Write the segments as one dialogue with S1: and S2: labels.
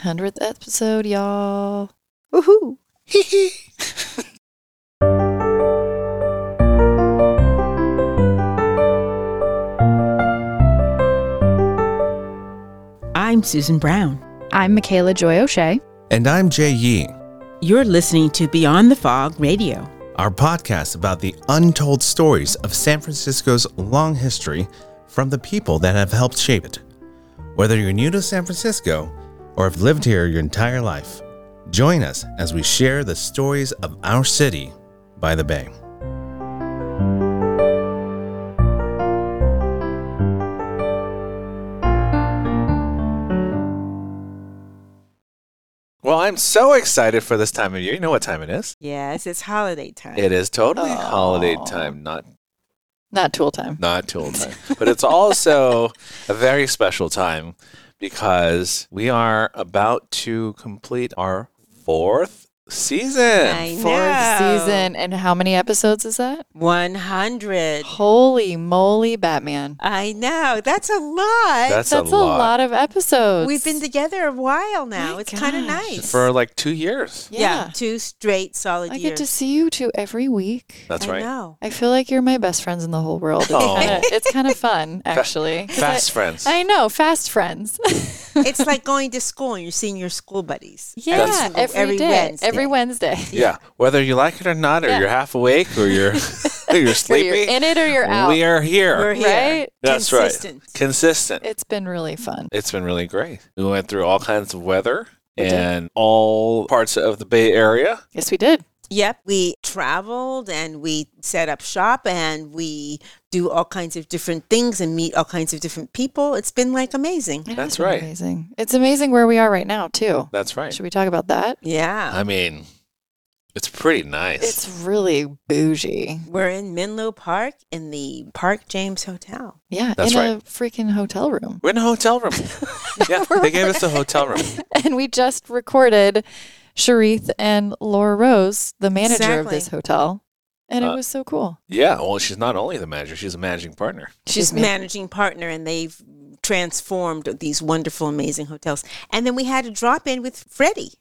S1: 100th episode, y'all. Woohoo! Hee hee.
S2: I'm Susan Brown.
S3: I'm Michaela Joy O'Shea.
S4: And I'm Jay Yee.
S2: You're listening to Beyond the Fog Radio.
S4: Our podcast about the untold stories of San Francisco's long history from the people that have helped shape it. Whether you're new to San Francisco or have lived here your entire life, join us as we share the stories of our city by the bay. Well, I'm so excited for this time of year. You know what time it is?
S5: Yes, it's holiday time.
S4: It is totally
S1: Aw.
S4: holiday time, not
S1: Not tool time.
S4: not tool time. But it's also a very special time because we are about to complete our fourth season.
S5: I
S1: Fourth
S5: know.
S1: season. And how many episodes is that?
S5: 100.
S1: Holy moly, Batman.
S5: I know. That's a lot.
S4: That's,
S1: That's a lot. of episodes.
S5: We've been together a while now.
S1: My
S5: it's kind of
S1: gosh.
S5: nice.
S4: for like two years.
S1: Yeah.
S5: two straight solid
S1: I
S5: years.
S1: get to see you two every week.
S4: That's
S5: I
S4: right.
S5: know.
S1: I feel like you're my best friends in the whole world. It's
S4: Aw.
S1: kinda- It's kind of fun, actually. 'Cause I-
S4: Fast friends.
S1: I know, fast friends.
S5: it's like going to school and you're seeing your school buddies.
S1: yeah,
S4: That's-
S1: every
S5: every
S1: day,
S5: Wednesday.
S1: every Wednesday.
S4: yeah. Whether you like it or not, or
S1: Yeah.
S4: you're half awake, or you're you're
S1: Whether
S4: sleepy,
S1: you're in it or you're out.
S4: we are here.
S5: We're here.
S1: Right?
S4: That's
S5: Consistent.
S4: right. Consistent.
S1: It's been really fun.
S4: It's been really great. We went through all kinds of weather and all parts of the Bay Area.
S1: Yes, we did.
S5: Yep. We traveled and we set up shop and we do all kinds of different things and meet all kinds of different people. It's been like amazing.
S1: It has
S4: That's
S1: been
S4: right.
S1: Amazing. It's amazing where we are right now, too.
S4: That's right.
S1: Should we talk about that?
S5: Yeah.
S4: I mean, it's pretty nice.
S1: It's really bougie.
S5: We're in Menlo Park in the Park James Hotel.
S1: Yeah,
S4: That's
S1: in a
S4: right.
S1: freaking hotel room.
S4: We're in a hotel room. yeah, they gave us a hotel room.
S1: And we just recorded Sharith and Laura Rose, the manager of this
S5: Exactly.
S1: hotel. And it
S4: Uh,
S1: was so cool.
S4: Yeah, well, she's not only the manager, she's a managing partner.
S5: She's
S1: ma-
S5: managing partner, and they've transformed these wonderful, amazing hotels. And then we had a drop in with Freddie,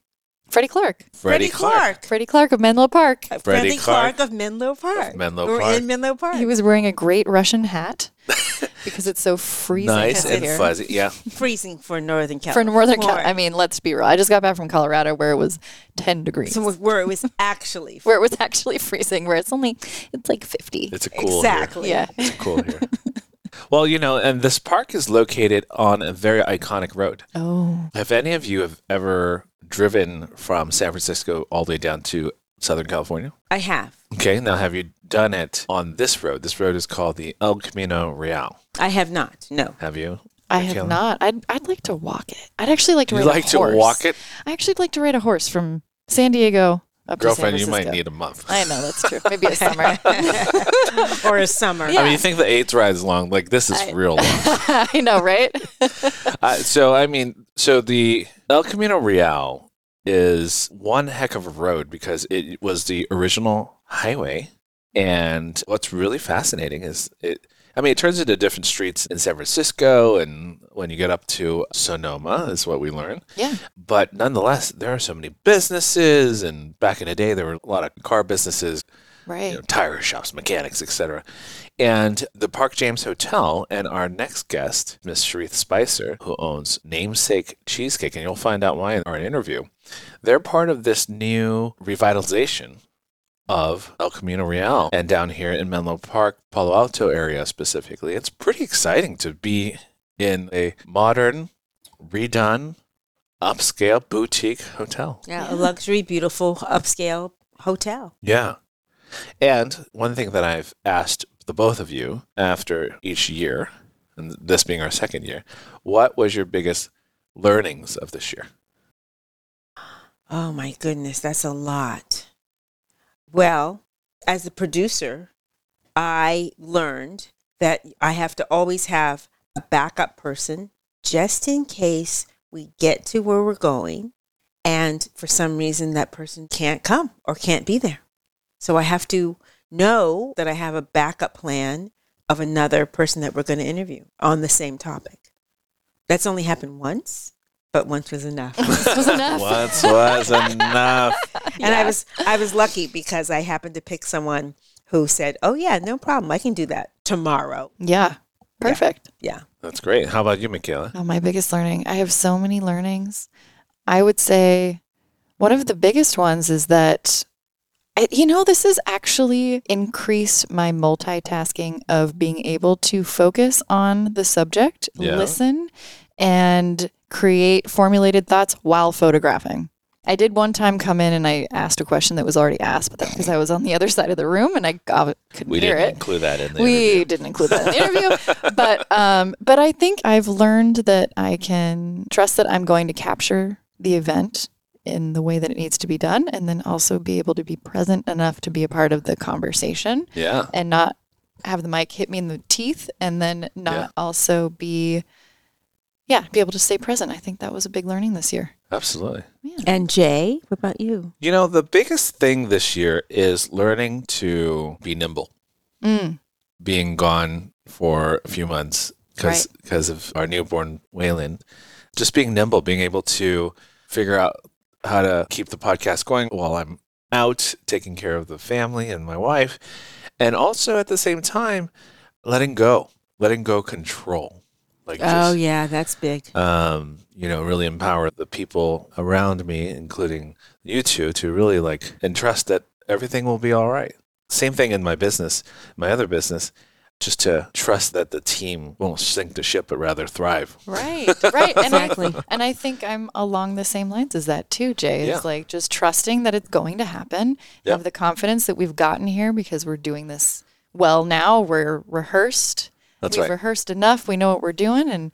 S1: Freddie Clark.
S4: Freddie Clark.
S1: Freddie Clark of Menlo Park.
S5: Uh, Freddie,
S4: Freddie
S5: Clark.
S4: Clark
S5: of Menlo Park.
S4: Menlo
S5: We're
S4: Park.
S5: in Menlo Park.
S1: He was wearing a great Russian hat because it's so freezing
S4: Nice
S1: out
S4: and
S1: here.
S4: fuzzy. Yeah,
S5: freezing for Northern
S1: For
S5: California.
S1: Northern California, I mean, let's be real. I just got back from Colorado where it was 10 degrees,
S5: So where it was actually
S1: where it was actually freezing, where it's only, it's like 50.
S4: it's a cool here.
S5: exactly.
S1: yeah.
S4: It's cool here. well, you know, and this park is located on a very iconic road.
S1: Oh,
S4: If any of you have ever driven from San Francisco all the way down to Southern California,
S5: I have.
S4: okay, now have you done it on this road? This road is called the El Camino Real.
S5: I have not. No.
S4: Have you?
S1: I have
S4: Michaela?
S1: not. I'd, I'd like to walk it. I'd actually like to
S4: You
S1: ride
S4: like
S1: a
S4: to
S1: horse.
S4: walk it?
S1: I actually like to ride a horse from San Diego up
S4: Girlfriend,
S1: to
S4: you
S1: San
S4: might
S1: Francisco. Uh,
S4: need a month.
S1: I know that's true. Maybe a summer.
S5: or a summer.
S1: Yeah.
S4: I mean, you think the eighth ride is long? Like this is
S1: I-
S4: real long.
S1: I know, right?
S4: uh, so I mean, so the El Camino Real is one heck of a road because it was the original highway, and what's really fascinating is it. I mean, it turns into different streets in San Francisco, and when you get up to Sonoma, is what we learn.
S1: Yeah.
S4: But nonetheless, there are so many businesses, and back in the day, there were a lot of car businesses,
S1: Right.
S4: you know, tire shops, mechanics, etc. And the Park James Hotel and our next guest, Miss Sharith Spicer, who owns Namesake Cheesecake, and you'll find out why in our interview. They're part of this new revitalization of El Camino Real and down here in Menlo Park, Palo Alto area specifically. It's pretty exciting to be in a modern, redone, upscale boutique hotel.
S5: Yeah, A luxury, beautiful, upscale hotel.
S4: Yeah. And one thing that I've asked the both of you after each year, and this being our second year, what was your biggest learnings of this year?
S5: Oh my goodness, that's a lot. Well, as a producer, I learned that I have to always have a backup person just in case we get to where we're going and for some reason that person can't come or can't be there. So I have to know that I have a backup plan of another person that we're going to interview on the same topic. That's only happened once, but once was enough.
S1: This was enough.
S4: Once was enough.
S5: And I was I was lucky because I happened to pick someone who said, "Oh yeah, no problem. I can do that tomorrow."
S1: Yeah. Perfect.
S5: Yeah.
S4: That's great. How about you, Michaela?
S1: Oh, my biggest learning. I have so many learnings. I would say one of the biggest ones is that, it, you know, this has actually increased my multitasking of being able to focus on the subject,
S4: Yeah.
S1: listen, and create formulated thoughts while photographing. I did one time come in and I asked a question that was already asked, but that's because I was on the other side of the room and I uh, couldn't
S4: We
S1: hear
S4: didn't
S1: it
S4: include that in the
S1: we
S4: interview.
S1: didn't include that in the interview but um but i think i've learned that i can trust that i'm going to capture the event in the way that it needs to be done and then also be able to be present enough to be a part of the conversation
S4: Yeah.
S1: and not have the mic hit me in the teeth and then not
S4: Yeah.
S1: also be yeah be able to stay present i think that was a big learning this year
S4: Absolutely.
S5: And Jay, what about you?
S4: You know, the biggest thing this year is learning to be nimble.
S1: mm,
S4: being gone for a few months because of our newborn Waylon. Just being nimble, being able to figure out how to keep the podcast going while I'm out taking care of the family and my wife, and also at the same time letting go, letting go control. Like
S5: Oh yeah, that's big.
S4: um, you know, really empower the people around me, including you two, to really like and trust that everything will be all right. Same thing in my business, my other business, just to trust that the team won't sink the ship, but rather thrive.
S1: right right and I,
S5: Exactly.
S1: And I think I'm along the same lines as that too, Jay. It's
S4: Yeah.
S1: like just trusting that it's going to happen,
S4: Yeah.
S1: have the confidence that we've gotten here because we're doing this well now. We're rehearsed.
S4: That's
S1: we've
S4: right.
S1: rehearsed enough. We know what we're doing. And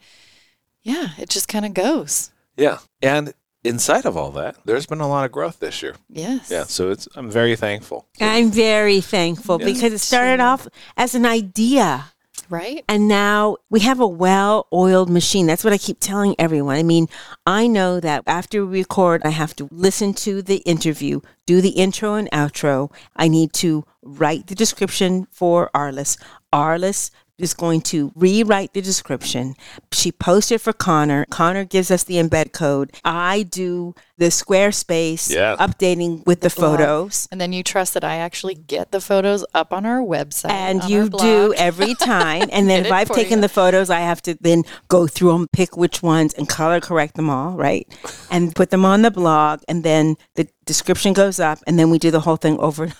S1: yeah, it just kind of goes.
S4: Yeah. And inside of all that, there's been a lot of growth this year.
S1: Yes.
S4: Yeah. So it's I'm very thankful.
S5: I'm very thankful
S4: Yeah.
S5: because it started off as an idea.
S1: Right?
S5: And now we have a well oiled machine. That's what I keep telling everyone. I mean, I know that after we record, I have to listen to the interview, do the intro and outro. I need to write the description for Arliss. Arliss is going to rewrite the description. She posts it for Connor. Connor gives us the embed code. I do the Squarespace
S4: Yeah.
S5: updating with the photos.
S1: And then you trust that I actually get the photos up on our website.
S5: And
S1: on our
S5: you do
S1: blog.
S5: every time. And then
S1: Did
S5: if
S1: it
S5: I've
S1: for
S5: taken
S1: you.
S5: the photos, I have to then go through them, pick which ones, and color correct them all, right? And put them on the blog. And then the description goes up. And then we do the whole thing over and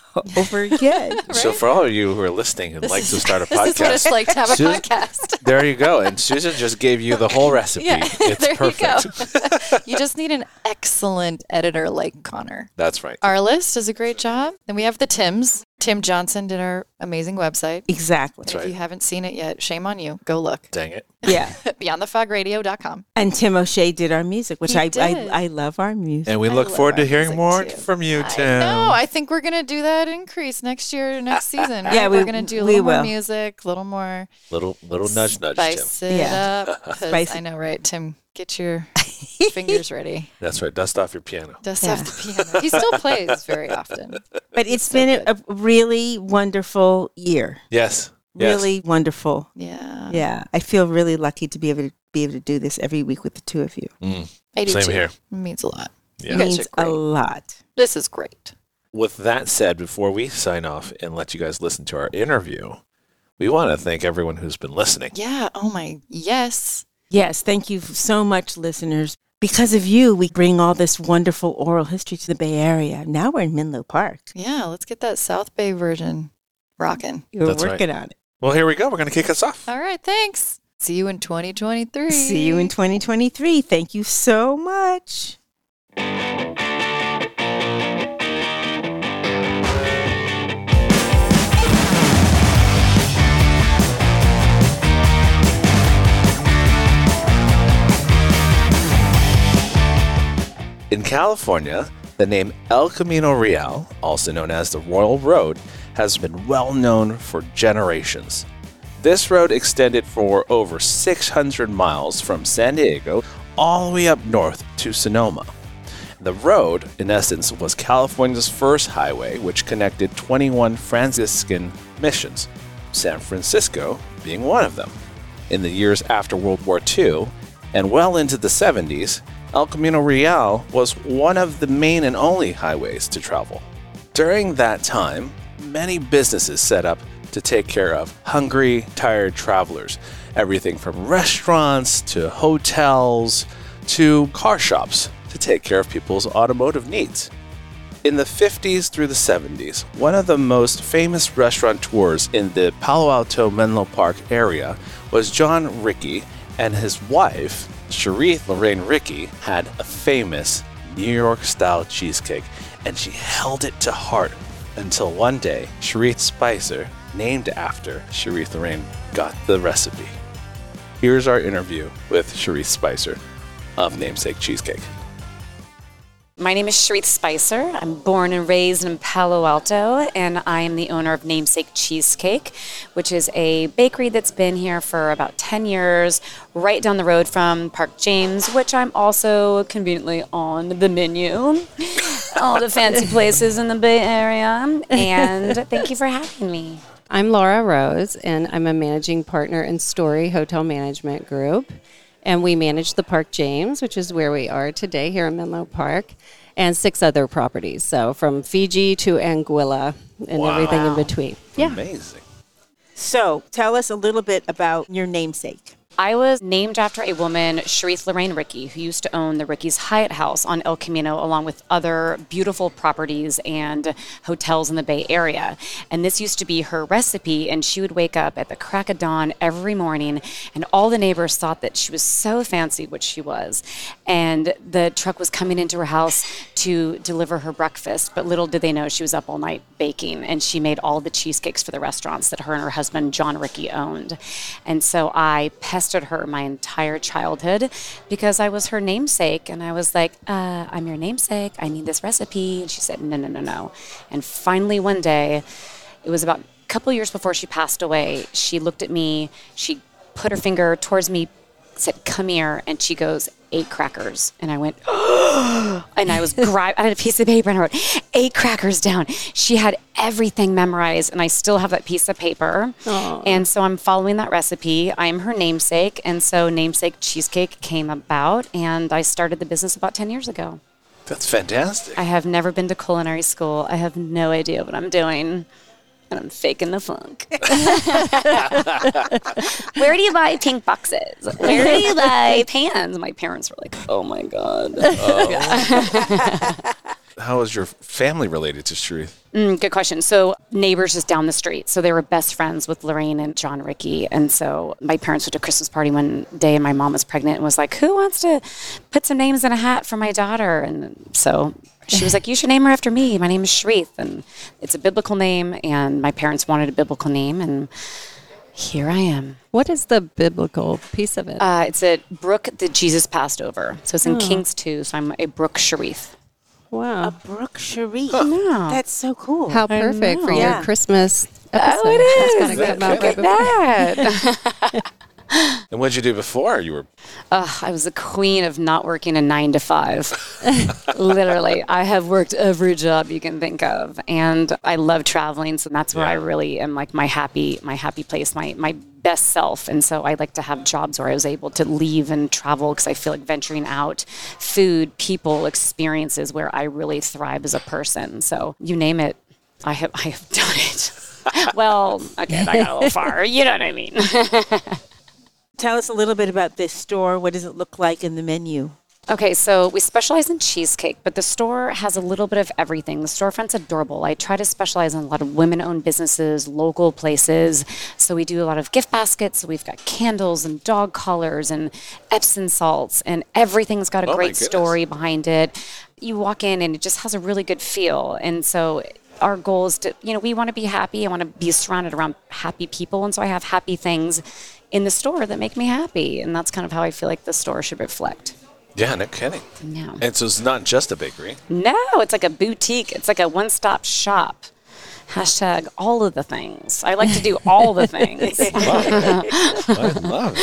S5: over again.
S4: So for all of you who are listening and like to start a
S1: This is what
S4: podcast,
S1: it's like to have a
S4: Susan-
S1: podcast.
S4: there you go. And Susan just gave you the whole recipe.
S1: Yeah,
S4: It's
S1: there
S4: perfect.
S1: you go. you just need an excellent editor like Connor.
S4: That's right.
S1: Our list does a great job. Then we have the Tims. Tim Johnson did our amazing website.
S5: Exactly.
S4: That's right.
S1: If you haven't seen it yet, shame on you. Go look.
S4: Dang it.
S5: Yeah.
S1: BeyondTheFogRadio.com.
S5: And Tim O'Shea did our music, which
S1: He
S5: I,
S1: did.
S5: I I love our music.
S4: And we
S1: I
S4: look
S1: love
S4: forward to
S1: our
S4: hearing
S1: music
S4: more
S1: too.
S4: from you, Tim.
S1: No, I think we're going to do that increase next year, next season. right?
S5: Yeah, we-
S1: we're going to do a
S5: we
S1: little more
S5: will.
S1: music, a little more
S4: Little little nudge nudge, Tim.
S1: spice it
S5: Yeah.
S1: up. 'cause
S5: Spice
S1: I
S5: it.
S1: know, right? Tim, get your fingers ready.
S4: That's right. Dust off your piano.
S1: Dust off the piano. He still plays very often.
S5: But it's been a, a really wonderful year.
S4: Yes. Yes.
S5: Really wonderful.
S1: Yeah.
S5: Yeah. I feel really lucky to be able to be able to do this every week with the two of you.
S4: Mm.
S1: I do
S4: Same
S1: too.
S4: here.
S1: It means a lot.
S4: Yeah.
S1: You guys
S5: means
S1: are
S5: a
S1: great.
S5: lot.
S1: This is great.
S4: With that said, before we sign off and let you guys listen to our interview, we want to thank everyone who's been listening.
S1: Yeah. Oh, my. Yes.
S5: Yes, thank you so much, listeners. Because of you, we bring all this wonderful oral history to the Bay Area. Now we're in Menlo Park.
S1: Yeah, let's get that South Bay version rocking.
S5: You're
S4: That's right.
S5: working on it.
S4: Well, here we go. We're going to kick us off.
S1: All right, thanks. See you in 2023.
S5: See you in 2023. Thank you so much.
S4: In California, the name El Camino Real, also known as the Royal Road, has been well known for generations. This road extended for over 600 miles from San Diego all the way up north to Sonoma. The road, in essence, was California's first highway which connected 21 Franciscan missions, San Francisco being one of them. In the years after World War II and well into the 70s, El Camino Real was one of the main and only highways to travel. During that time, many businesses set up to take care of hungry, tired travelers. Everything from restaurants to hotels to car shops to take care of people's automotive needs. In the 50s through the 70s, one of the most famous restaurateurs in the Palo Alto Menlo Park area was John Rickey, and his wife, Sharif Lorraine Rickey, had a famous New York style cheesecake, and she held it to heart until one day Sharif Spicer, named after Sharif Lorraine, got the recipe. Here's our interview with Sharif Spicer of Namesake Cheesecake.
S6: My name is Sharith Spicer. I'm born and raised in Palo Alto, and I am the owner of Namesake Cheesecake, which is a bakery that's been here for about 10 years, right down the road from Park James, which I'm also conveniently on the menu. All the fancy places in the Bay Area. And thank you for having me.
S7: I'm Laura Rose, and I'm a managing partner in Story Hotel Management Group. And we manage the Park James, which is where we are today here in Menlo Park, and six other properties. So from Fiji to Anguilla and everything in between. Yeah.
S4: Amazing.
S5: So tell us a little bit about your namesake.
S6: I was named after a woman, Sharif Lorraine Rickey, who used to own the Ricky's Hyatt House on El Camino, along with other beautiful properties and hotels in the Bay Area. And this used to be her recipe, and she would wake up at the crack of dawn every morning, and all the neighbors thought that she was so fancy, which she was. And the truck was coming into her house to deliver her breakfast, but little did they know she was up all night baking, and she made all the cheesecakes for the restaurants that her and her husband, John Rickey, owned. And so I pestered her my entire childhood because I was her namesake. And I was like, uh, I'm your namesake. I need this recipe. And she said, no, no, no, no. And finally, one day, it was about a couple years before she passed away, she looked at me. She put her finger towards me, said, come here. And she goes, eight crackers. And I went, and I was grib- I had a piece of paper and I wrote eight crackers down. She had everything memorized, and I still have that piece of paper. And so I'm following that recipe. I am her namesake, and so namesake cheesecake came about, and I started the business about ten years ago.
S4: That's fantastic.
S6: I have never been to culinary school. I have no idea what I'm doing. And I'm faking the funk. Where do you buy pink boxes? Where do you buy pans? My parents were like, oh my God.
S4: How is your family related to Sharif?
S6: Mm, good question. So neighbors just down the street. So they were best friends with Lorraine and John Ricky. And so my parents went to a Christmas party one day and my mom was pregnant and was like, Who wants to put some names in a hat for my daughter? And so she was like, You should name her after me. My name is Sharif and it's a biblical name and my parents wanted a biblical name and here I am.
S7: What is the biblical piece of it?
S6: Uh, it's a brook that Jesus passed over. So it's in Kings 2. So I'm a brook Sharif. uh,
S7: wow.
S5: Brooke Cherie.
S6: No.
S5: That's so cool.
S7: How perfect for
S5: Yeah.
S7: your Christmas episode.
S6: Oh, it
S7: That's
S6: is.
S7: gotta come out right before-
S4: And what did you do before you were
S6: Ugh, I was the queen of not working a nine to five. Literally, I have worked every job you can think of, and I love traveling. So that's where I really am like my happy, my happy place, my my best self. And so I like to have jobs where I was able to leave and travel because I feel like venturing out, food, people, experiences where I really thrive as a person. So you name it, I have I have done it. well, okay, that got a little far. You know what I mean.
S5: Tell us a little bit about this store. What does it look like in the menu?
S6: Okay, so we specialize in cheesecake, but the store has a little bit of everything. The storefront's adorable. I try to specialize in a lot of women owned businesses, local places. So we do a lot of gift baskets. So we've got candles and dog collars and Epsom salts, and everything's got a
S4: Oh my
S6: great
S4: goodness.
S6: story behind it. You walk in and it just has a really good feel. And so our goal is to, you know, we want to be happy. I want to be surrounded around happy people. And so I have happy things in the store that make me happy. And that's kind of how I feel like the store should reflect.
S4: Yeah, no kidding.
S6: No.
S4: And so it's not just a bakery.
S6: No, it's like a boutique. It's like a one stop shop. Hashtag all of the things. I like to do all the things.
S4: I love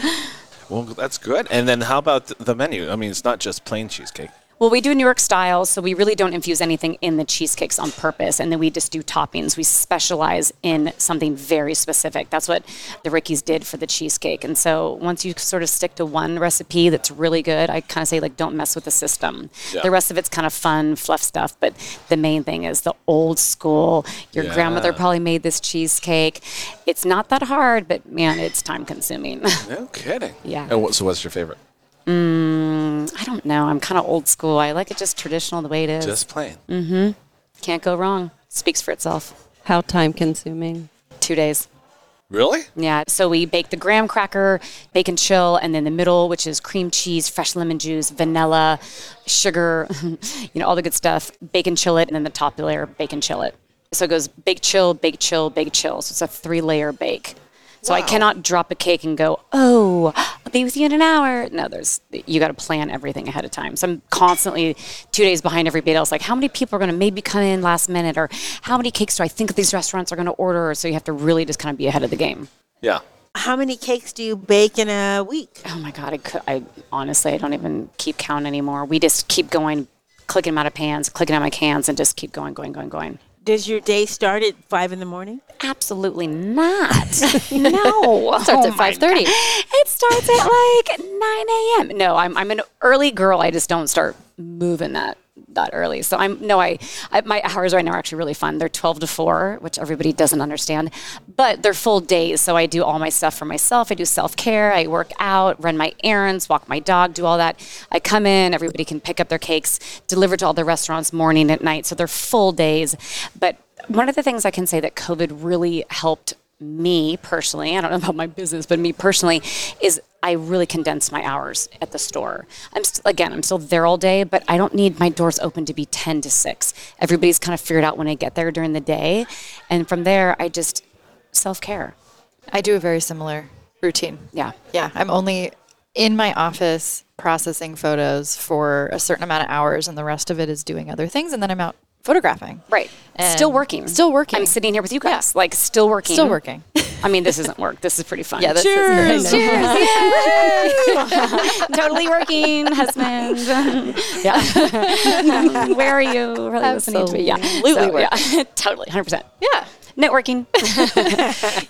S4: it. well, that's good. And then how about th- the menu? I mean, it's not just plain cheesecake.
S6: Well, we do New York style, so we really don't infuse anything in the cheesecakes on purpose. And then we just do toppings. We specialize in something very specific. That's what the Rickies did for the cheesecake. And so once you sort of stick to one recipe that's really good, I kind of say, like, don't mess with the system.
S4: Yeah.
S6: The rest of it's kind of fun, fluff stuff. But the main thing is the old school. Your grandmother probably made this cheesecake. It's not that hard, but man, it's time consuming.
S4: No kidding.
S6: Yeah.
S4: And what, so what's your favorite?
S6: I don't know. I'm kind of old school. I like it just traditional the way it is.
S4: Just plain.
S7: Mm.
S6: Can't go wrong. Speaks for itself.
S7: How time consuming.
S6: Two days.
S4: Really?
S6: Yeah. So we bake the graham cracker, bacon chill, and then the middle, which is cream cheese, fresh lemon juice, vanilla, sugar, you know, all the good stuff. Bacon chill it, and then the top layer, bacon chill it. So it goes bake chill, bake chill, bake chill. So it's a three layer bake. So I cannot drop a cake and go, oh, I'll be with you in an hour. No, there's you got to plan everything ahead of time. So I'm constantly two days behind everybody else. Like, how many people are going to maybe come in last minute, or how many cakes do I think these restaurants are going to order? So you have to really just kind of be ahead of the game.
S4: Yeah.
S5: How many cakes do you bake in a week?
S6: Oh my god, I could. I honestly, I don't even keep count anymore. We just keep going, clicking them out of pans, clicking out my cans, and just keep going, going, going, going.
S5: Does your day start at five in the morning?
S6: Absolutely not. no, it
S7: Starts at 5:30.
S6: It starts at like nine a.m. No, I'm I'm an early girl. I just don't start moving that that early. So I'm no, I, I my hours right now are actually really fun. They're twelve to four, which everybody doesn't understand, but they're full days. So I do all my stuff for myself. I do self care. I work out, run my errands, walk my dog, do all that. I come in. Everybody can pick up their cakes, delivered to all the restaurants morning at night. So they're full days, but one of the things I can say that COVID really helped me personally, I don't know about my business, but me personally, is I really condensed my hours at the store. I'm st- again, I'm still there all day, but I don't need my doors open to be 10 to 6. Everybody's kind of figured out when I get there during the day. And from there, I just self care.
S1: I do a very similar routine.
S6: Yeah.
S1: Yeah, I'm only in my office processing photos for a certain amount of hours, and the rest of it is doing other things, and then I'm out photographing.
S6: Right.
S1: And
S6: still working.
S1: Still working.
S6: I'm sitting here with you guys, like still working.
S1: Still working.
S6: I mean, this isn't work. This is pretty fun.
S1: Yeah, this is Mm-hmm. Cheers! great.
S6: Cheers! totally working, husband. yeah. Where are you really listening to me? Yeah.
S1: Absolutely
S6: So, Yeah. totally. 100%.
S1: yeah.
S6: Networking.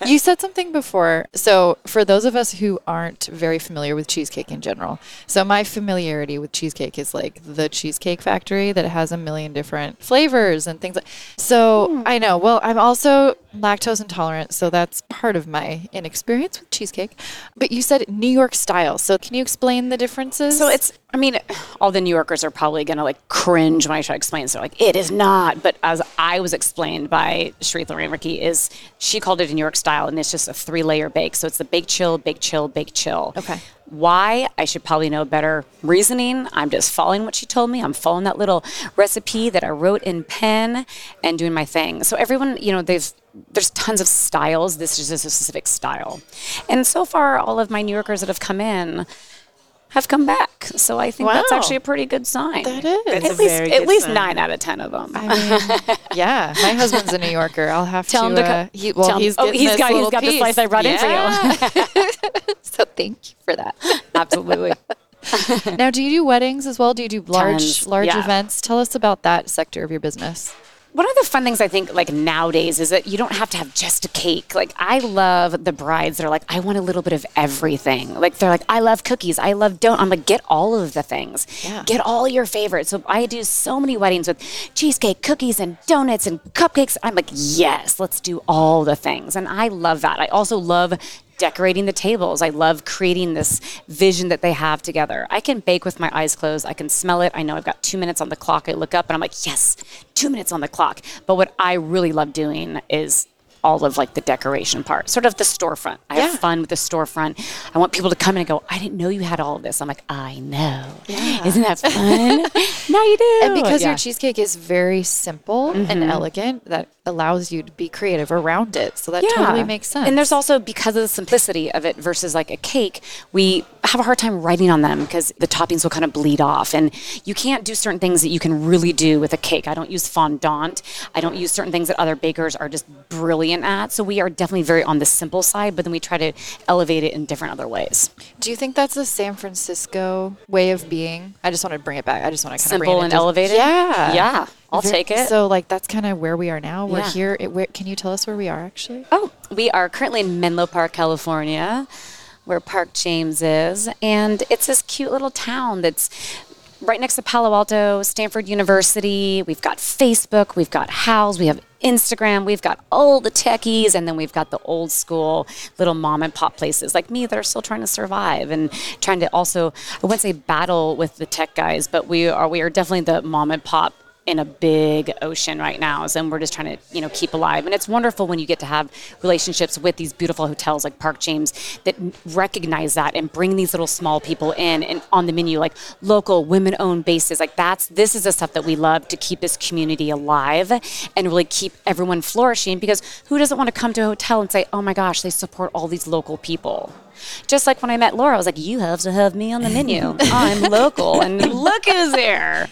S1: You said something before. So, for those of us who aren't very familiar with cheesecake in general, so my familiarity with cheesecake is like the Cheesecake Factory that has a million different flavors and things like. So,
S6: Hmm.
S1: I know. Well, I'm also lactose intolerant, so that's part of my inexperience with cheesecake. But you said New York style. So, can you explain the differences?
S6: So it's, I mean, all the New Yorkers are probably going to like cringe when I try to explain. So like, it is not. But as I was explained by Sharith Lorraine Ricky, is she called it a New York style, and it's just a three layer bake. So it's the bake chill, bake chill, bake chill.
S1: Okay.
S6: Why? I should probably know better reasoning. I'm just following what she told me. I'm following that little recipe that I wrote in pen and doing my thing. So everyone, you know, they've there's tons of styles. This is just a specific style. And so far, all of my New Yorkers that have come in have come back. So I think that's
S1: Wow.
S6: actually a pretty good sign.
S1: that is.
S5: That's
S6: At
S5: a
S6: least,
S5: very
S6: at
S5: good
S6: least
S5: sign.
S6: nine out of ten of them.
S1: yeah, my husband's a New Yorker. I'll have
S6: Tell
S1: to
S6: him to
S1: uh,
S6: co-
S1: he, well,
S6: tell him-
S1: he's
S6: oh,
S1: getting
S6: he's
S1: this
S6: got- he's
S1: little
S6: got the
S1: piece.
S6: slice I brought in for you.
S1: in for you. so thank you for that.
S6: Absolutely.
S1: Now, do you do weddings as well? Do you do large
S6: Tons,
S1: large
S6: yeah. events?
S1: events? Tell us about that sector of your business.
S6: One of the fun things I think like nowadays is that you don't have to have just a cake. Like I love the brides that are like, I want a little bit of everything. Like they're like, I love cookies, I love don't. I'm like, get all of the things.
S1: Yeah.
S6: Get all your favorites. So I do so many weddings with cheesecake, cookies, and donuts and cupcakes. I'm like, yes, let's do all the things. And I love that. I also love decorating the tables. I love creating this vision that they have together. I can bake with my eyes closed. I can smell it. I know I've got two minutes on the clock. I look up and I'm like, yes, two minutes on the clock. But what I really love doing is all of like the decoration part, sort of the storefront. I
S1: Yeah.
S6: have fun with the storefront. I want people to come in and go, I didn't know you had all of this. I'm like, I know. Isn't that fun? now you do.
S1: And because
S6: Oh, Yeah.
S1: your cheesecake is very simple and elegant, that allows you to be creative around it. So that totally makes sense.
S6: And there's also because of the simplicity of it versus like a cake, we have a hard time writing on them because the toppings will kind of bleed off. And you can't do certain things that you can really do with a cake. I don't use fondant. I don't use certain things that other bakers are just brilliant at. So we are definitely very on the simple side, but then we try to elevate it in different other ways.
S1: do you think that's a San Francisco way of being? I just want to bring it back. I just want to kind
S6: simple and
S3: doesn't-
S6: elevated.
S1: Yeah.
S6: Yeah. I'll
S1: Ver-
S6: take it.
S1: So like that's kind of where we are now. We're
S6: Yeah.
S1: here. It, where, can you tell us where we are actually?
S6: Oh, we are currently in Menlo Park, California, where Park James is. And it's this cute little town that's right next to Palo Alto, Stanford University. We've got Facebook, we've got Howls, we have Instagram, we've got all the techies, and then we've got the old school little mom and pop places like me that are still trying to survive and trying to also, I wouldn't say battle with the tech guys, but we are, we are definitely the mom and pop in a big ocean right now and we're just trying to you know keep alive and it's wonderful when you get to have relationships with these beautiful hotels like park james that n- recognize that and bring these little small people in and on the menu like local women-owned bases like that's this is the stuff that we love to keep this community alive and really keep everyone flourishing because who doesn't want to come to a hotel and say oh my gosh they support all these local people just like when I met Laura, I was like, "You have to have me on the menu. I'm local, and look who's there."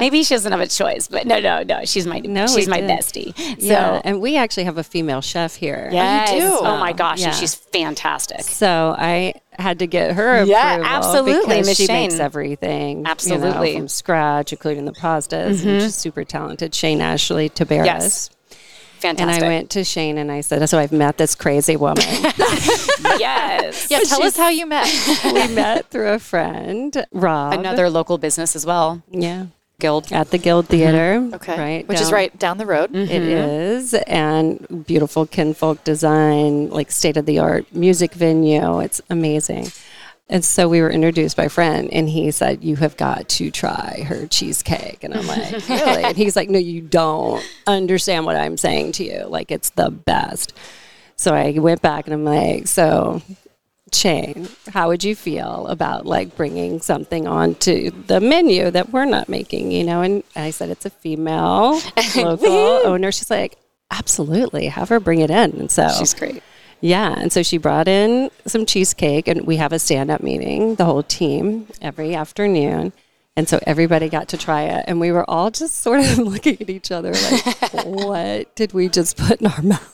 S6: Maybe she doesn't have a choice, but no, no, no. She's my
S7: No, we
S6: she's my
S7: did.
S6: bestie. So
S7: Yeah, and we actually have a female chef here.
S6: yes.
S1: do?
S6: Oh my gosh,
S7: Yeah.
S6: and she's fantastic.
S7: So I had to get her approval.
S6: Yeah, absolutely,
S7: because
S6: Miss
S7: she
S6: Shane.
S7: makes everything you know,
S6: Absolutely. Mm-hmm.
S7: from scratch, including the pastas. And she's super talented. Shane Ashley Tabaris.
S6: Yes.
S7: And
S6: Fantastic.
S7: I went to Shane and I said, "So I've met this crazy woman.
S6: yes.
S1: Yeah. Tell us how you met.
S7: we met through a friend, Rob.
S6: Another local business as well.
S7: yeah,
S6: Guild.
S7: at the Guild Theater.
S6: Mm-hmm.
S1: Okay.
S7: right,
S1: Which is
S7: down-
S1: right down Mm. the road.
S7: It is, and beautiful kinfolk design, like state of the art music venue. It's amazing. And so we were introduced by a friend, and he said, "You have got to try her cheesecake." And I'm like, "Really?" and he's like, "No, you don't understand what I'm saying to you. Like, it's the best." So I went back, and I'm like, "So, Shane, how would you feel about like bringing something onto the menu that we're not making?" You know, and I said, "It's a female local owner." She's like, "Absolutely, have her bring it in." And so
S6: She's great.
S7: yeah, and so she brought in some cheesecake, and we have a stand-up meeting, the whole team, every afternoon, and so everybody got to try it, and we were all just sort of looking at each other like, "What did we just put in our mouth?"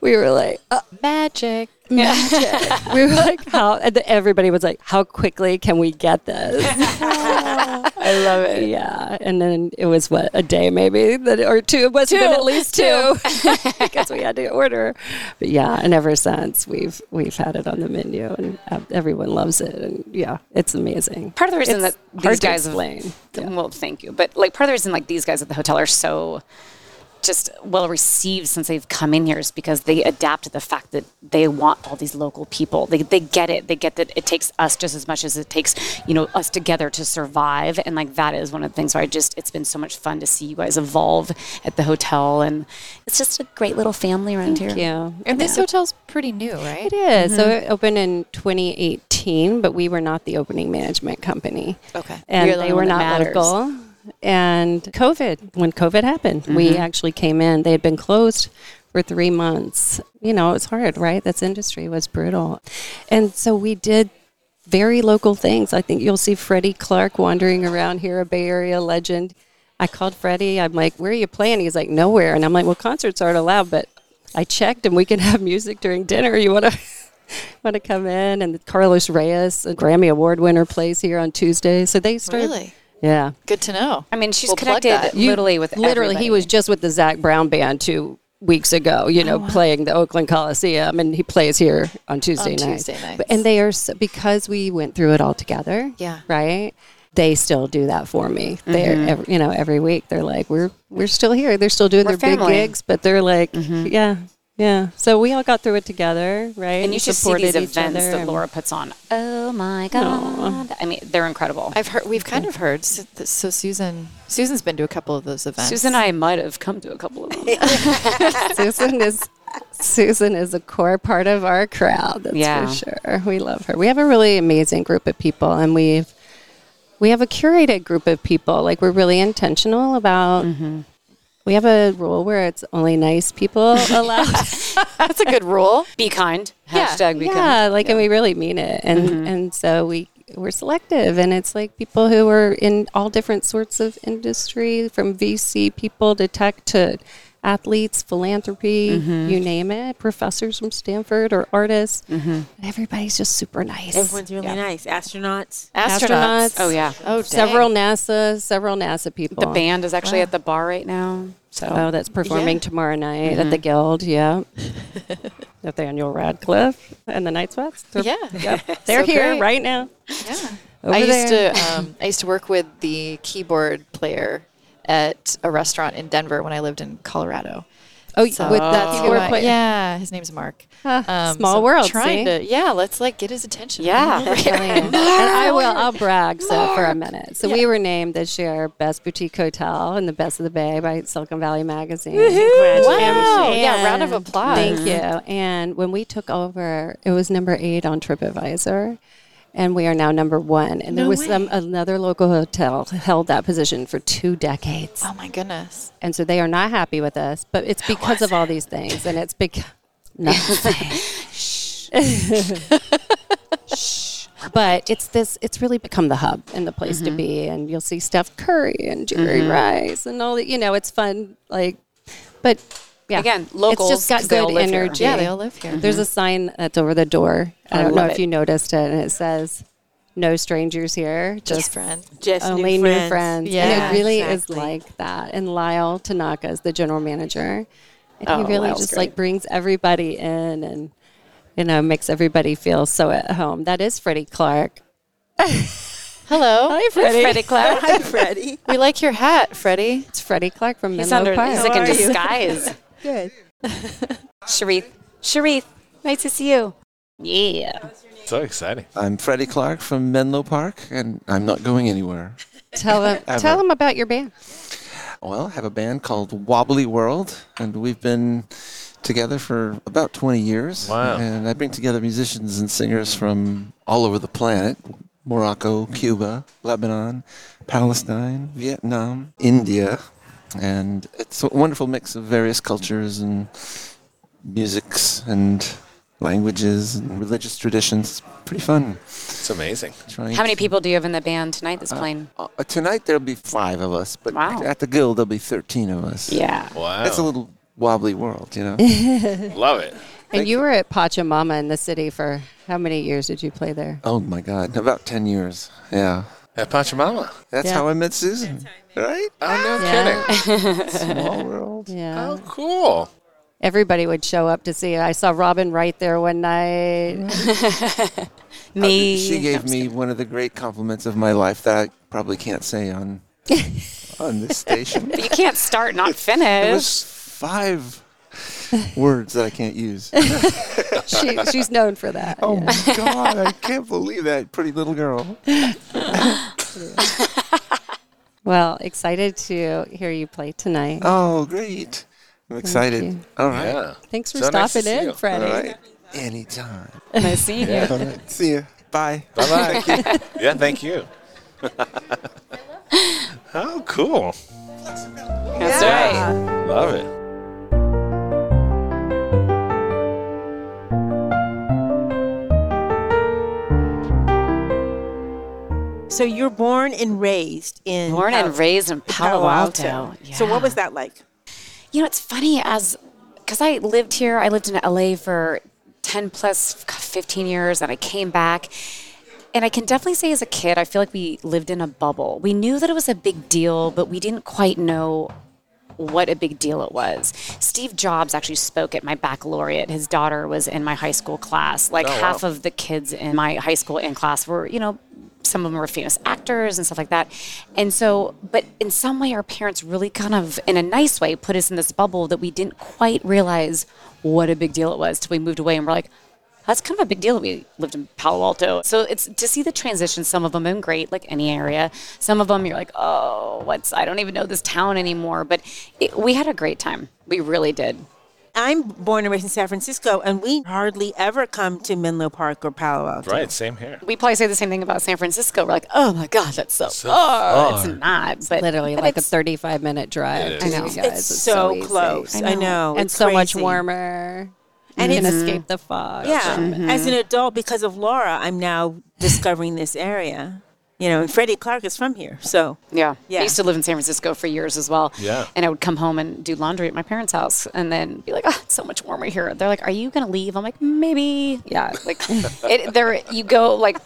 S7: We were like, uh,
S1: Magic.
S7: "Magic." we were like, "How?" And then everybody was like, "How quickly can we get this?"
S1: I love it.
S7: yeah, and then it was what a day maybe that or two. It must have been at least two because we had to order. But yeah, and ever since we've we've had it on the menu, and uh, everyone loves it. And yeah, it's amazing.
S6: Part of the reason
S7: It's
S6: that
S7: hard
S6: these
S7: to
S6: guys have-
S7: explain.
S6: Well, thank you. But like part of the reason like these guys at the hotel are so just well received since they've come in here is because they adapt to the fact that they want all these local people. They, they get it. They get that it takes us just as much as it takes, you know, us together to survive. And like that is one of the things where I just it's been so much fun to see you guys evolve at the hotel and it's just a great little family around here.
S7: Yeah,
S1: And this hotel's pretty new, right?
S7: it is. So
S6: Mm-hmm.
S7: it opened in 2018, but we were not the opening management company.
S1: Okay.
S7: and
S6: You're the
S7: they
S6: one
S7: were
S6: that
S7: not
S6: matters.
S7: local. And COVID, when COVID happened, we
S6: Mm-hmm.
S7: actually came in. They had been closed for three months. You know, it's hard, right? This industry was brutal, and so we did very local things. I think you'll see Freddie Clark wandering around here, a Bay Area legend. I called Freddie. I'm like, "Where are you playing?" He's like, "Nowhere." And I'm like, "Well, concerts aren't allowed, but I checked, and we can have music during dinner. You want to?" want to come in and Carlos Reyes, a Grammy Award winner, plays here on Tuesday. So they started.
S1: Really?
S7: Yeah.
S1: Good to know.
S6: I mean, she's
S1: We'll plug
S6: connected
S1: that.
S7: You-
S6: literally with
S7: literally
S6: everybody.
S7: he was just with the Zach Brown band two weeks ago. You
S6: Oh,
S7: know, playing the Oakland Coliseum, and he plays here on Tuesday night.
S1: Tuesday nights.
S7: But- and they are so, because we went through it all together.
S1: Yeah.
S7: Right. They still do that for me. They're
S6: Mm-hmm.
S7: every, you know every week they're like we're we're still here. They're still doing
S6: We're
S7: their
S6: family. Mm-hmm.
S7: big gigs, but they're like yeah. Yeah, so we all got through it together, right?
S6: and you should see
S7: supported
S6: these
S7: each
S6: events
S7: other
S6: that
S7: and-
S6: Laura puts on. Oh my god! I mean, they're incredible.
S1: I've heard. We've kind of heard. So, so Susan, Susan's been to a couple of those events.
S6: Susan and I might have come to a couple of them.
S7: Susan is Susan is a core part of our crowd. That's
S6: Yeah.
S7: for sure. We love her. We have a really amazing group of people, and we've we have a curated group of people. Like we're really intentional about. We have a rule where it's only nice people allowed.
S1: That's a good rule.
S6: be kind.
S1: Yeah,
S6: Hashtag be kind.
S7: yeah, like and we really mean it, and and so we we're selective, and it's like people who are in all different sorts of industry, from VC people to tech to athletes, philanthropy, you name it, professors from Stanford or artists. And everybody's just super nice.
S5: Everyone's really
S7: Yeah.
S5: nice. Astronauts.
S1: Astronauts.
S7: Astronauts.
S6: Oh, yeah.
S1: Oh,
S7: Several NASA, several NASA people.
S6: The band is actually at the bar right now. So
S7: Oh, that's performing tomorrow night at the Guild. Yeah. at the annual Radcliffe and the Night Sweats. They're,
S1: Oh, Yeah.
S7: they're
S1: So
S7: here
S1: great.
S7: right now.
S1: Yeah.
S7: Over
S1: I used
S7: there.
S1: to um, I used to work with the keyboard player at a restaurant in Denver when I lived in Colorado.
S7: Oh,
S1: So
S7: with that
S1: he
S7: score
S1: wa-
S7: play-
S1: Yeah, his name's Mark. Um,
S7: Huh, small world,
S1: Trying
S7: see?
S1: to, yeah, let's like get his attention.
S6: Yeah.
S7: Oh, yeah. and I will. I'll brag so for a minute. So we were named this year best boutique hotel and the best of the Bay by Silicon Valley Magazine.
S1: Wow. Yeah, round of
S7: And-
S1: applause.
S7: Thank you. And when we took over, it was number eight on TripAdvisor. And we are now number one. And there was some another local hotel held that position for two decades.
S1: Oh my goodness.
S7: And so they are not happy with us, but it's because of all these things. And it's because nothing. but it's this it's really become the hub and the place to be and you'll see steph curry and jerry rice and all that you know it's fun like but yeah
S6: Again, locals,
S7: it's just
S6: 'cause
S7: got
S6: they all
S7: good
S6: live here.
S7: energy
S1: Yeah, they all live here.
S7: there's a sign that's over the door i,
S1: I
S7: don't know
S1: love
S7: if
S1: it.
S7: you noticed it and it says no strangers here just
S1: Just friends.
S5: Just
S6: Uh,
S7: only Oh, new friends,
S1: Yeah,
S7: and it really
S5: exactly.
S7: is like that and lyle tanaka is the general manager and
S1: Oh,
S7: he really
S1: Lyle's
S7: just
S1: great.
S7: like brings everybody in and you know makes everybody feel so at home that is freddie clark
S1: Hello.
S7: Hi, Freddie.
S1: Clark.
S5: Hi, Freddie.
S1: we like your hat, Freddie.
S7: It's Freddie Clark from
S6: he's,
S7: Menlo
S6: under,
S7: Park.
S6: he's like in disguise.
S5: Good.
S6: Sharif. Sharif, nice to see you. Yeah.
S4: So exciting.
S8: I'm Freddie Clark from Menlo Park, and I'm not going anywhere.
S7: Tell him, tell him about your band.
S8: Well, I have a band called Wobbly World, and we've been together for about 20 years.
S4: Wow.
S8: And I bring together musicians and singers from all over the planet Morocco, Cuba, Lebanon, Palestine, Vietnam, India. And it's a wonderful mix of various cultures and musics and languages and religious traditions. Pretty fun.
S4: It's amazing.
S8: Trying
S6: How many
S8: to-
S6: people do you have in the band tonight that's playing?
S8: Uh, tonight there'll be five of us, but
S6: Wow.
S8: at the guild there'll be thirteen of us.
S6: Yeah.
S4: Wow.
S8: that's a little wobbly world, you know.
S4: Love it.
S7: And you were at Pachamama in the city for how many years did you play there?
S8: oh my God, about ten years. Yeah,
S4: At Pachamama.
S8: that's
S7: Yeah.
S8: how I met Susan, right?
S4: Oh, no
S7: Yeah.
S4: kidding.
S8: Small world.
S7: Yeah.
S4: Oh, cool.
S7: Everybody would show up to see it. I saw Robin right there one night.
S6: Me.
S8: She gave me one of the great compliments of my life that I probably can't say on on this station.
S6: But you can't start, not
S8: It
S6: finish.
S8: was five words that I can't use.
S7: she, she's known for that.
S8: Oh
S7: yeah.
S8: my God, I can't believe that pretty little girl.
S7: Well, excited to hear you play tonight.
S8: Oh, great. I'm excited.
S7: you.
S8: All right.
S4: Yeah.
S7: Thanks for
S4: So nice to
S7: stopping
S4: see
S7: in,
S4: you.
S8: All
S7: Freddie.
S8: right. Anytime.
S6: I see you.
S8: All right. See you. Bye.
S4: Bye bye. yeah, thank you. oh, cool.
S6: That's right.
S4: Love it.
S5: So you're born and raised in
S6: Born and raised in Palo Alto.
S5: So
S6: Yeah.
S5: what was that like?
S6: You know, it's funny as because I lived here, I lived in LA for 10 plus 15 years, and I came back. And I can definitely say as a kid, I feel like we lived in a bubble. We knew that it was a big deal, but we didn't quite know what a big deal it was. Steve Jobs actually spoke at my baccalaureate. His daughter was in my high school class. Like half of the kids in my high school in class were, you know, some of them were famous actors and stuff like that. And so, but in some way, our parents really kind of, in a nice way, put us in this bubble that we didn't quite realize what a big deal it was till we moved away and we're like, that's kind of a big deal that we lived in Palo Alto. So it's to see the transition, some of them been great, like any area. Some of them you're like, oh, what's, I don't even know this town anymore. But it, we had a great time. We really did.
S5: I'm born and raised in San Francisco, and we hardly ever come to Menlo Park or Palo Alto.
S4: Right, same here.
S6: We probably say the same thing about San Francisco. We're like, oh my God, that's so, far. It's not. But
S7: Literally like a 35 minute drive.
S4: It
S7: to
S6: is.
S7: you
S6: I know.
S7: guys.
S5: It's, so,
S7: easy.
S5: close. I know.
S7: and
S5: it's
S7: so much
S5: crazy.
S7: warmer.
S5: And
S7: And you can
S5: it's-
S7: escape the fog.
S6: Mm-hmm.
S5: Yeah. As an adult, because of Laura, I'm now discovering this area. You know, and Freddie Clark is from here. So
S6: Yeah.
S5: Yeah.
S6: I used to live in San Francisco for years as well.
S4: Yeah.
S6: And I would come home and do laundry at my parents' house and then be like, oh, it's so much warmer here. They're like, are you going to leave? I'm like, maybe. Yeah. Like, it, there, you go like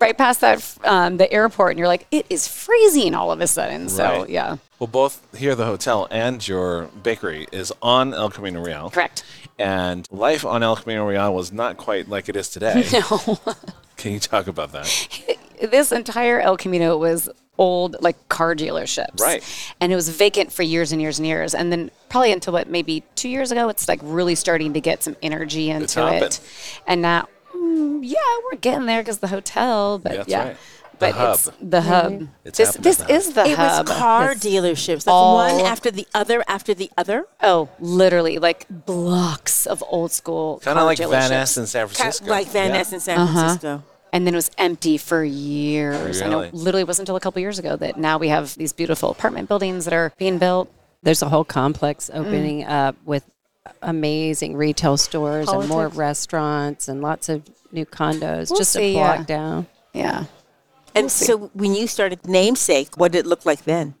S6: right past that, um, the airport and you're like, it is freezing all of a sudden. So,
S4: Right.
S6: yeah.
S4: Well, both here, the hotel and your bakery is on El Camino Real.
S6: Correct.
S4: And life on El Camino Real was not quite like it is today. No. Can you talk about that?
S6: this entire El Camino was old like car dealerships.
S4: Right.
S6: And it was vacant for years and years and years. And then probably until what maybe two years ago, it's like really starting to get some energy into
S4: hopping.
S6: it. And now mm, yeah, we're getting there because the hotel, but
S4: That's
S6: yeah.
S4: right.
S6: But
S4: The
S6: it's
S4: hub.
S6: the hub.
S4: It's
S6: this
S4: happening
S6: this
S4: now.
S6: is the
S5: Mm-hmm. it
S6: hub.
S5: was car
S6: It's-
S5: dealerships. That's
S6: all-
S5: one after the other after the other.
S6: Oh, literally like blocks of old school.
S4: Kind of
S6: car
S4: like Van
S6: dealerships.
S4: Ness in San
S5: Ca-
S4: Francisco.
S5: like Van
S4: Yeah.
S5: Ness in
S6: Uh-huh.
S5: San Francisco.
S6: and then it was empty for years. And
S4: Really?
S6: it literally wasn't until a couple years ago that now we have these beautiful apartment buildings that are being built.
S7: There's a whole complex opening up with amazing retail stores and more restaurants and lots of new condos
S6: We'll
S7: just
S6: see,
S7: a block
S6: yeah.
S7: down.
S6: Yeah.
S5: And so when you started Namesake, what did it look like then?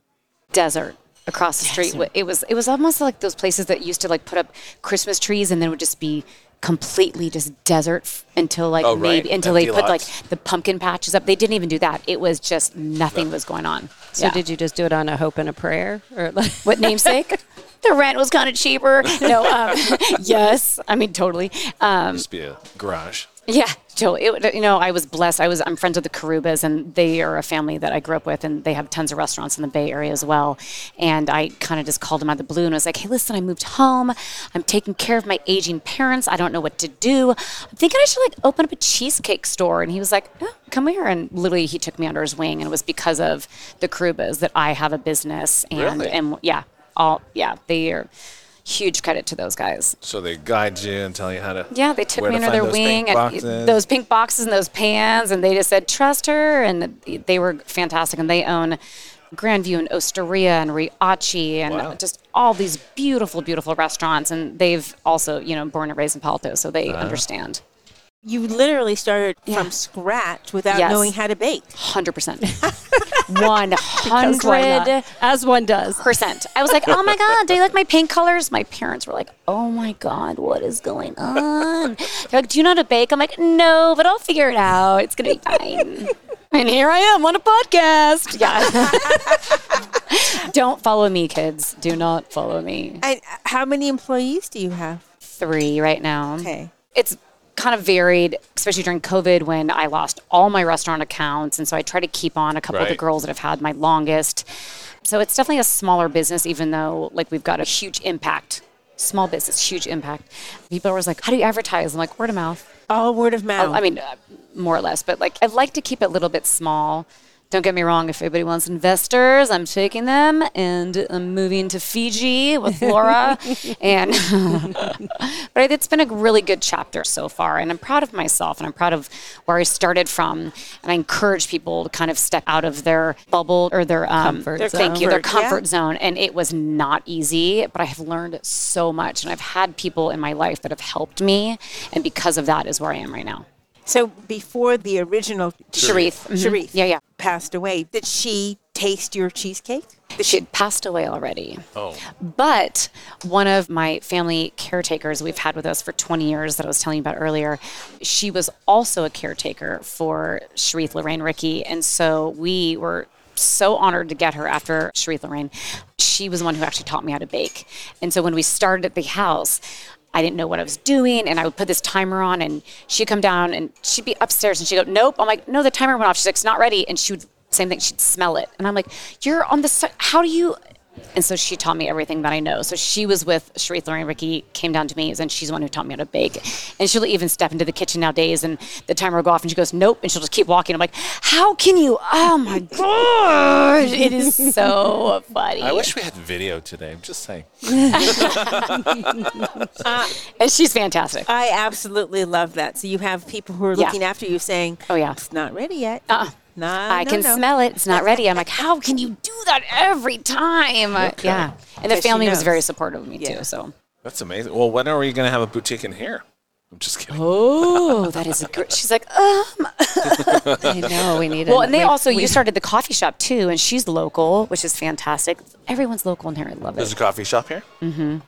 S6: Desert across the street. Wa- It was it was almost like those places that used to like put up Christmas trees and then would just be completely just desert f- until like
S4: Oh, right.
S6: maybe until they
S4: Empty
S6: put like
S4: lots.
S6: the pumpkin patches up. They didn't even do that. It was just nothing was going on.
S7: So did you just do it on a hope and a prayer or like
S6: what namesake? the rent was kind of cheaper. No, um, yes, I mean totally. Um,
S4: Used to be a garage.
S6: Yeah, totally. It, would- you know, I was blessed. I was. I'm friends with the Carubas, and they are a family that I grew up with, and they have tons of restaurants in the Bay Area as well. And I kind of just called them out of the blue and was like, "Hey, listen, I moved home. I'm taking care of my aging parents. I don't know what to do. I'm thinking I should like open up a cheesecake store." And he was like, oh, "Come here." And literally, he took me under his wing, and it was because of the Carubas that I have a business. And
S4: Really?
S6: and yeah, all yeah, they are huge credit to those guys.
S4: So they guide you and tell you how to.
S6: Yeah, they took
S4: where
S6: me
S4: to
S6: under
S4: find
S6: their
S4: those
S6: wing
S4: pink
S6: and
S4: boxes.
S6: those pink boxes and those pans, and they just said, trust her. And they were fantastic. And they own Grandview and Osteria and Riachi and
S4: Wow.
S6: just all these beautiful, beautiful restaurants. And they've also, you know, born and raised in Palto, so
S4: Uh-huh.
S6: they understand.
S5: You literally started from scratch without
S6: Yes.
S5: knowing how to bake.
S6: 100%. 100
S7: as one does.
S6: percent. I was like, oh my god, do you like my paint colors? My parents were like, oh my god, what is going on? They're like, do you know how to bake? I'm like, no, but I'll figure it out. It's gonna be fine. And here I am on a podcast. Yeah. Don't follow me, kids. Do not follow me.
S5: And uh, how many employees do you have?
S6: Three right now
S5: Okay.
S6: it's kind of varied, especially during COVID when I lost all my restaurant accounts. And so I try to keep on a couple of the
S4: Right.
S6: girls that have had my longest. So it's definitely a smaller business, even though like we've got a huge impact. Small business, huge impact. People are always like, how do you advertise? I'm like, word of mouth.
S5: All word of mouth.
S6: I mean, uh, more or less, but like I like to keep it a little bit small. Don't get me wrong. If anybody wants investors, I'm taking them, and I'm moving to Fiji with Laura. and but it's been a really good chapter so far, and I'm proud of myself, and I'm proud of where I started from. And I encourage people to kind of step out of their bubble or their um,
S7: Comfort
S6: their- Thank you, their
S5: zone.
S6: comfort zone. And it was not easy, but I have learned so much, and I've had people in my life that have helped me, and because of that is where I am right now.
S5: so before the original
S6: Sharif. Mhm.
S5: Sharif
S6: Yeah, yeah.
S5: passed away, did she taste your cheesecake? Did
S6: She had passed away already.
S4: Oh,
S6: But one of my family caretakers we've had with us for 20 years that I was telling you about earlier, she was also a caretaker for Sharith Lorraine Ricky. And so we were so honored to get her after Sharith Lorraine. She was the one who actually taught me how to bake. And so when we started at the house, I didn't know what I was doing, and I would put this timer on, and she'd come down, and she'd be upstairs, and she'd go, "Nope." I'm like, "No, the timer went off." She's like, "It's not ready," and she would same thing. She'd smell it, and I'm like, "You're on the si- how do you?" And so she taught me everything that I know. So she was with Sharif Lauren Ricky, came down to me, and she's the one who taught me how to bake. And she'll even step into the kitchen nowadays, and the timer will go off, and she goes, "Nope," and she'll just keep walking. I'm like, "How can you?" Oh my god, it is so funny.
S4: I wish we had video today. I'm just saying.
S6: and she's fantastic.
S5: I absolutely love that. So you have people who are
S6: Yeah.
S5: looking after you saying,
S6: Oh, yeah.
S5: it's not ready yet."
S6: Uh-uh.
S5: Nah,
S6: I
S5: no,
S6: can
S5: no.
S6: smell it. It's not ready. I'm like, how can you do that every time? Yeah. And the
S5: Because she
S6: family was
S5: knows.
S6: very supportive of me
S5: Yeah.
S6: too. So
S4: That's amazing. Well, when are we going to have a boutique in here? I'm just kidding.
S6: Oh, that is a great. She's like, um.
S7: I know we need.
S6: Well,
S7: a-
S6: and they
S7: we-
S6: also
S7: we-
S6: you started the coffee shop too, and she's local, which is fantastic. Everyone's local in here. I love
S4: There's
S6: it.
S4: a coffee shop here.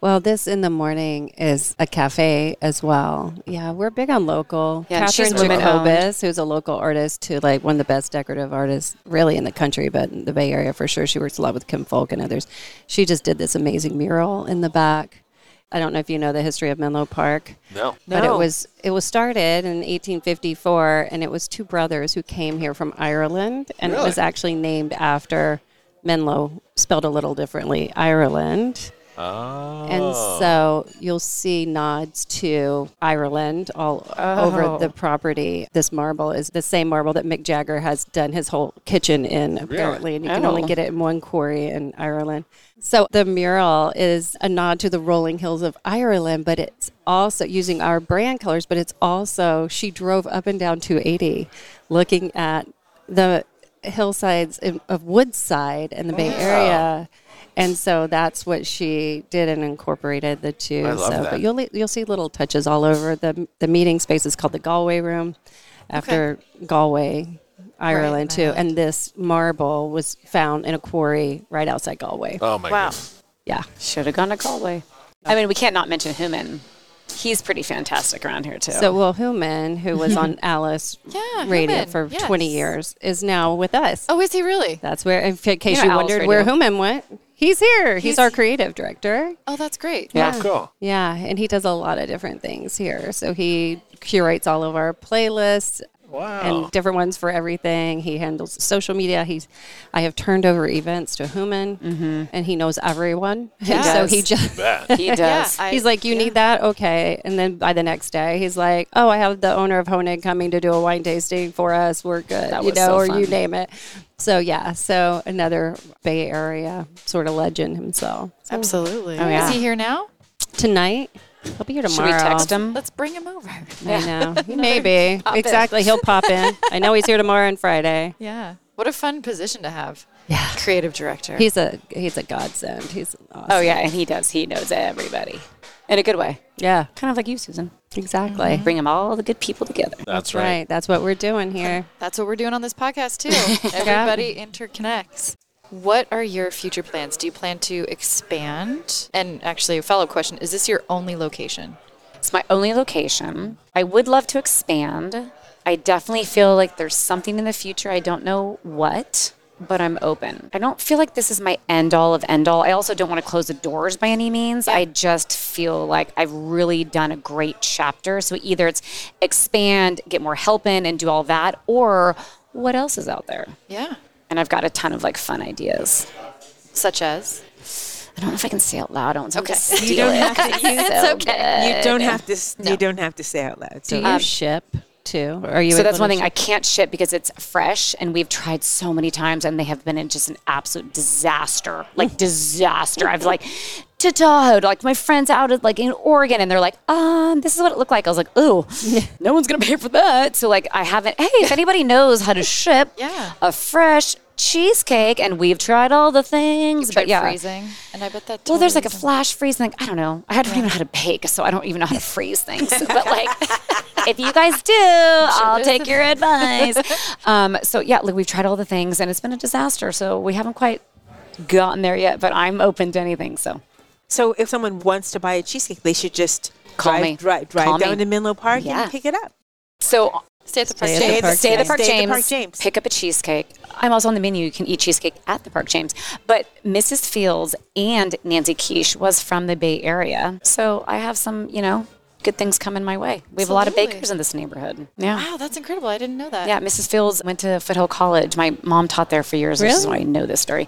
S7: Well, this in the morning is a cafe as well. Yeah, we're big on local.
S6: Yeah, and she's
S7: Catherine
S6: women-owned.
S7: Jacobus, who's a local artist to like one of the best decorative artists really in the country, but in the Bay Area for sure. She works a lot with Kim Folk and others. She just did this amazing mural in the back. I don't know if you know the history of Menlo Park.
S4: No.
S7: But
S6: No.
S7: it was it was started in 1854, and it was two brothers who came here from Ireland, and it was actually named after Menlo, spelled a little differently, Ireland.
S4: Oh.
S7: And so you'll see nods to Ireland all over
S6: Oh.
S7: the property. This marble is the same marble that Mick Jagger has done his whole kitchen in, apparently, and you can only
S6: Oh.
S7: get it in one quarry in Ireland. So the mural is a nod to the rolling hills of Ireland, but it's also using our brand colors, but it's also she drove up and down 280 looking at the hillsides in- of Woodside and the Bay Area. And so that's what she did and incorporated the two.
S4: I love
S7: so,
S4: that.
S7: but you'll you'll see little touches all over the the meeting space is called the Galway Room, after Galway, Ireland
S4: Uh-huh.
S7: too. And this marble was found in a quarry right outside Galway.
S4: oh my
S6: Wow.
S4: goodness.
S7: Yeah,
S6: Should have gone to Galway. I mean, we can't not mention Human. He's pretty fantastic around here too.
S7: So Will Hillman, who was on Alice
S1: Yeah,
S7: Radio
S1: Hillman,
S7: for 20
S1: yes.
S7: years, is now with us.
S1: Oh, is he really?
S7: That's where, in fa- case
S6: know
S7: you,
S6: Alice
S7: wondered
S6: Radio.
S7: where Hillman went, he's here. He's,
S1: He's-
S7: our creative director.
S1: Oh, that's great.
S4: Yeah. Cool.
S7: Yeah, and he does a lot of different things here. So he curates all of our playlists
S4: Wow.
S7: and different ones for everything. He handles social media. He's I have turned over events to Human, and he knows everyone.
S1: Yeah.
S7: so he
S6: Yes.
S7: just
S4: Bet.
S6: he does.
S1: I-
S7: He's like, you need that? Okay. And then by the next day, he's like, oh, I have the owner of Honig coming to do a wine tasting for us. We're good,
S6: That
S7: you
S6: was
S7: know,
S6: so
S7: or
S6: fun.
S7: you name it. So, yeah. So, another Bay Area sort of legend himself. So
S1: Absolutely.
S6: Oh, yeah.
S1: Is he here now?
S7: tonight, he'll be here
S6: Should
S7: tomorrow.
S6: we text him?
S1: Let's bring him over.
S7: I know. Maybe. exactly. He'll pop in. I know he's here tomorrow and Friday.
S1: Yeah. What a fun position to have.
S7: Yeah.
S1: Creative director.
S7: He's a he's a godsend. He's awesome.
S6: Oh yeah, and he does. He knows everybody in a good way,
S7: yeah,
S6: kind of like you, Susan.
S7: exactly.
S6: Bring them all the good people together.
S4: That's
S7: Right.
S4: right.
S7: That's what we're doing here.
S1: That's what we're doing on this podcast too. Everybody interconnects. What are your future plans? Do you plan to expand? And actually, a follow-up question: Is this your only location?
S6: It's my only location. I would love to expand. I definitely feel like there's something in the future. I don't know what, but I'm open. I don't feel like this is my end all of end all. I also don't want to close the doors by any means. I just feel like I've really done a great chapter. So either it's expand, get more help in, and do all that, or what else is out there?
S1: Yeah.
S6: And I've got a ton of like fun ideas.
S1: Such as
S6: I don't know if I can say out loud. I don't want
S1: Okay.
S6: okay. to steal
S5: You don't
S6: it.
S5: have to. You,
S6: It's so good.
S5: you don't have to. s You don't have to say out loud.
S7: Do
S5: So
S7: you ship too? Or Are you
S6: So that's
S7: able
S6: one
S7: to
S6: thing I can't ship because it's fresh and we've tried so many times and they have been in just an absolute disaster. Like disaster. I've like to Tahoe, to, like my friends out at like in Oregon and they're like, um, this is what it looked like. I was like, ooh, no one's gonna pay for that. So like I haven't hey, if anybody knows how to ship
S1: Yeah.
S6: a fresh cheesecake and we've tried all the things.
S1: tried
S6: but yeah.
S1: freezing, and I bet that.
S6: Well, there's like
S1: totally
S6: a flash freeze thing. I don't know. I don't even know how to bake, so I don't even know how to freeze things. but like, if you guys do, I'll take your advice. Um, so yeah, like we've tried all the things, and it's been a disaster. So we haven't quite gotten there yet. But I'm open to anything. So
S5: So if someone wants to buy a cheesecake, they should just
S6: Call
S5: drive,
S6: me.
S5: drive, drive
S6: Call me.
S5: down to Menlo Park
S6: Yeah.
S5: and pick it up.
S6: so
S1: stay at the park.
S7: Stay
S1: Stay
S7: at the
S1: at
S7: park.
S6: stay at the
S5: Stay at
S6: Park
S7: James.
S5: the
S6: James.
S5: Park James.
S6: Pick up a cheesecake. I'm also on the menu. You can eat cheesecake at the Park James. But Mrs. Fields and Nancy Quiche was from the Bay Area, so I have some, you know, good things coming my way. We have a lot of
S1: Absolutely.
S6: bakers in this neighborhood. Yeah.
S1: Wow, that's incredible. I didn't know that.
S6: Yeah, Mrs. Fields went to Foothill College. My mom taught there for years, which is why I know this story.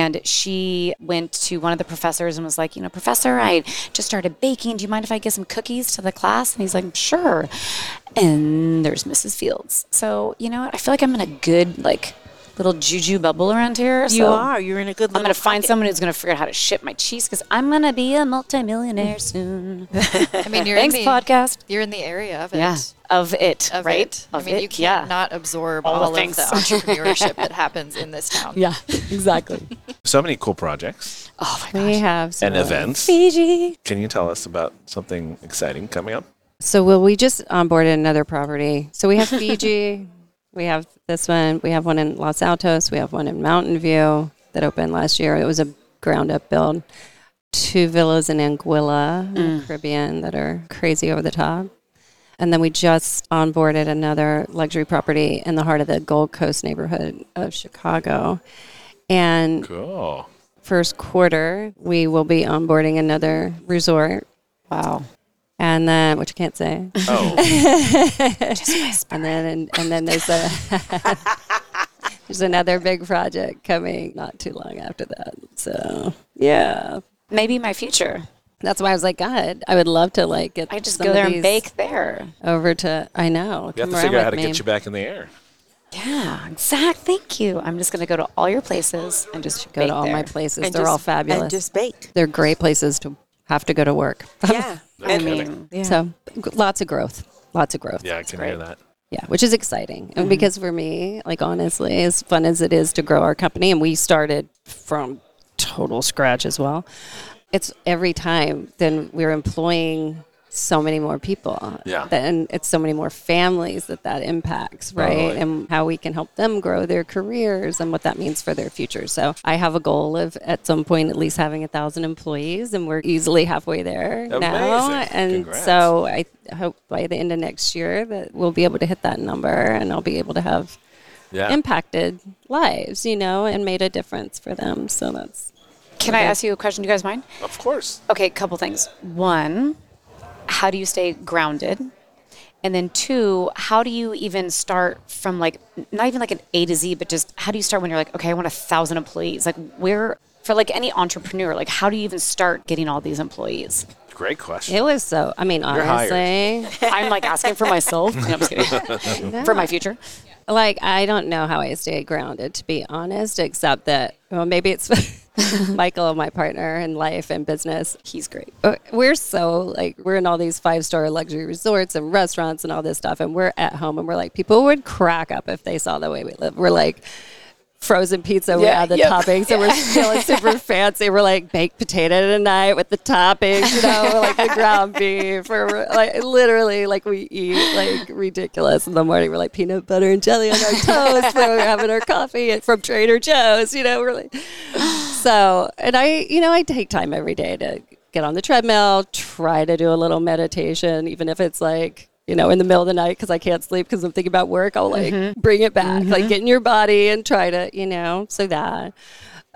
S6: And she went to one of the professors and was like, you know, Professor, I just started baking. Do you mind if I get some cookies to the class? And he's like, sure. And there's Mrs. Fields. So you know what? I feel like I'm in a good like little juju bubble around here.
S5: You
S6: so
S5: are. You're in a good.
S6: I'm gonna
S5: little
S6: find
S5: pocket.
S6: someone who's gonna figure out how to ship my cheese because I'm gonna be a multimillionaire soon.
S1: I mean, Mm. you're
S6: Thanks,
S1: in the,
S6: podcast.
S1: You're in the area of it.
S6: Yeah, of it,
S1: Of
S6: right?
S1: it.
S6: Of
S1: I mean,
S6: it,
S1: you can't
S6: yeah.
S1: not absorb
S6: All
S1: all,
S6: the
S1: of
S6: things.
S1: the entrepreneurship that happens in this town.
S6: yeah, exactly.
S4: So many cool projects
S6: oh my
S7: We have some
S4: and events.
S7: Fiji.
S4: Can you tell us about something exciting coming up?
S7: So will we just onboard another property? So we have Fiji, we have this one, we have one in Los Altos, we have one in Mountain View that opened last year. It was a ground up build. Two villas in Anguilla, in the Caribbean, that are crazy over the top. And then we just onboarded another luxury property in the heart of the Gold Coast neighborhood of Chicago. And
S4: Cool.
S7: first quarter, we will be onboarding another resort. Wow. And then, which I can't say.
S4: Oh,
S7: And then, and, and then there's a there's another big project coming not too long after that. So yeah,
S6: Maybe my future.
S7: that's why I was like, God, I would love to like get
S6: I just
S7: some
S6: go
S7: of
S6: there and
S7: these
S6: bake there.
S7: over to. I know.
S4: we have
S7: come
S4: to
S7: around
S4: figure out how to
S7: with me.
S4: get you back in the air.
S6: Yeah, exact. Thank you. I'm just gonna go to all your places and just
S7: Go
S6: bake
S7: to all my
S6: there.
S7: places.
S5: And
S7: They're
S5: just-
S7: all fabulous.
S5: And just bake.
S7: They're great places to have to go to work.
S5: Yeah.
S6: I
S5: And-
S6: mean,
S5: yeah.
S7: So g- lots of growth. Lots of growth.
S4: Yeah, I can hear that.
S7: Yeah, which is exciting.
S4: Mm-hmm.
S7: And because for me, like honestly, as fun as it is to grow our company, and we started from total scratch as well, it's every time then we're employing so many more people.
S4: Yeah.
S7: And it's so many more families that that impacts, right?
S4: Totally.
S7: And how we can help them grow their careers and what that means for their future. So I have a goal of at some point at least having a thousand employees, and we're easily halfway there now.
S4: Amazing.
S7: And
S4: Congrats.
S7: so so I hope by the end of next year that we'll be able to hit that number and I'll be able to have
S4: Yeah.
S7: impacted lives, you know, and made a difference for them. So that's
S6: can I ask you a question? Do you guys mind?
S4: Of course.
S6: Okay, couple things. One, how do you stay grounded? And then two, how do you even start from like not even like an A to Z, but just how do you start when you're like, okay, I want a thousand employees? Like where for like any entrepreneur, like how do you even start getting all these employees?
S4: Great question.
S7: it was so I mean
S4: hired.
S7: honestly
S6: I'm like asking for myself. No, I'm just kidding. For my future.
S7: like I don't know how I stay grounded to be honest, except that well maybe it's Michael, my partner in life and business, he's great. Uh, We're so like we're in all these five star luxury resorts and restaurants and all this stuff, and we're at home and we're like people would crack up if they saw the way we live. We're like frozen pizza with
S1: Yeah,
S7: all the
S1: yep.
S7: toppings, and we're feeling super fancy. We're like baked potato tonight with the toppings, you know, like the ground beef, or like literally like we eat like ridiculous in the morning. We're like peanut butter and jelly on our toast. when we're having our coffee from Trader Joe's, you know. We're like so, and I, you know, I take time every day to get on the treadmill, try to do a little meditation, even if it's like, you know, in the middle of the night because I can't sleep because I'm thinking about work. I'll like bring it back, like get in your body and try to, you know, so that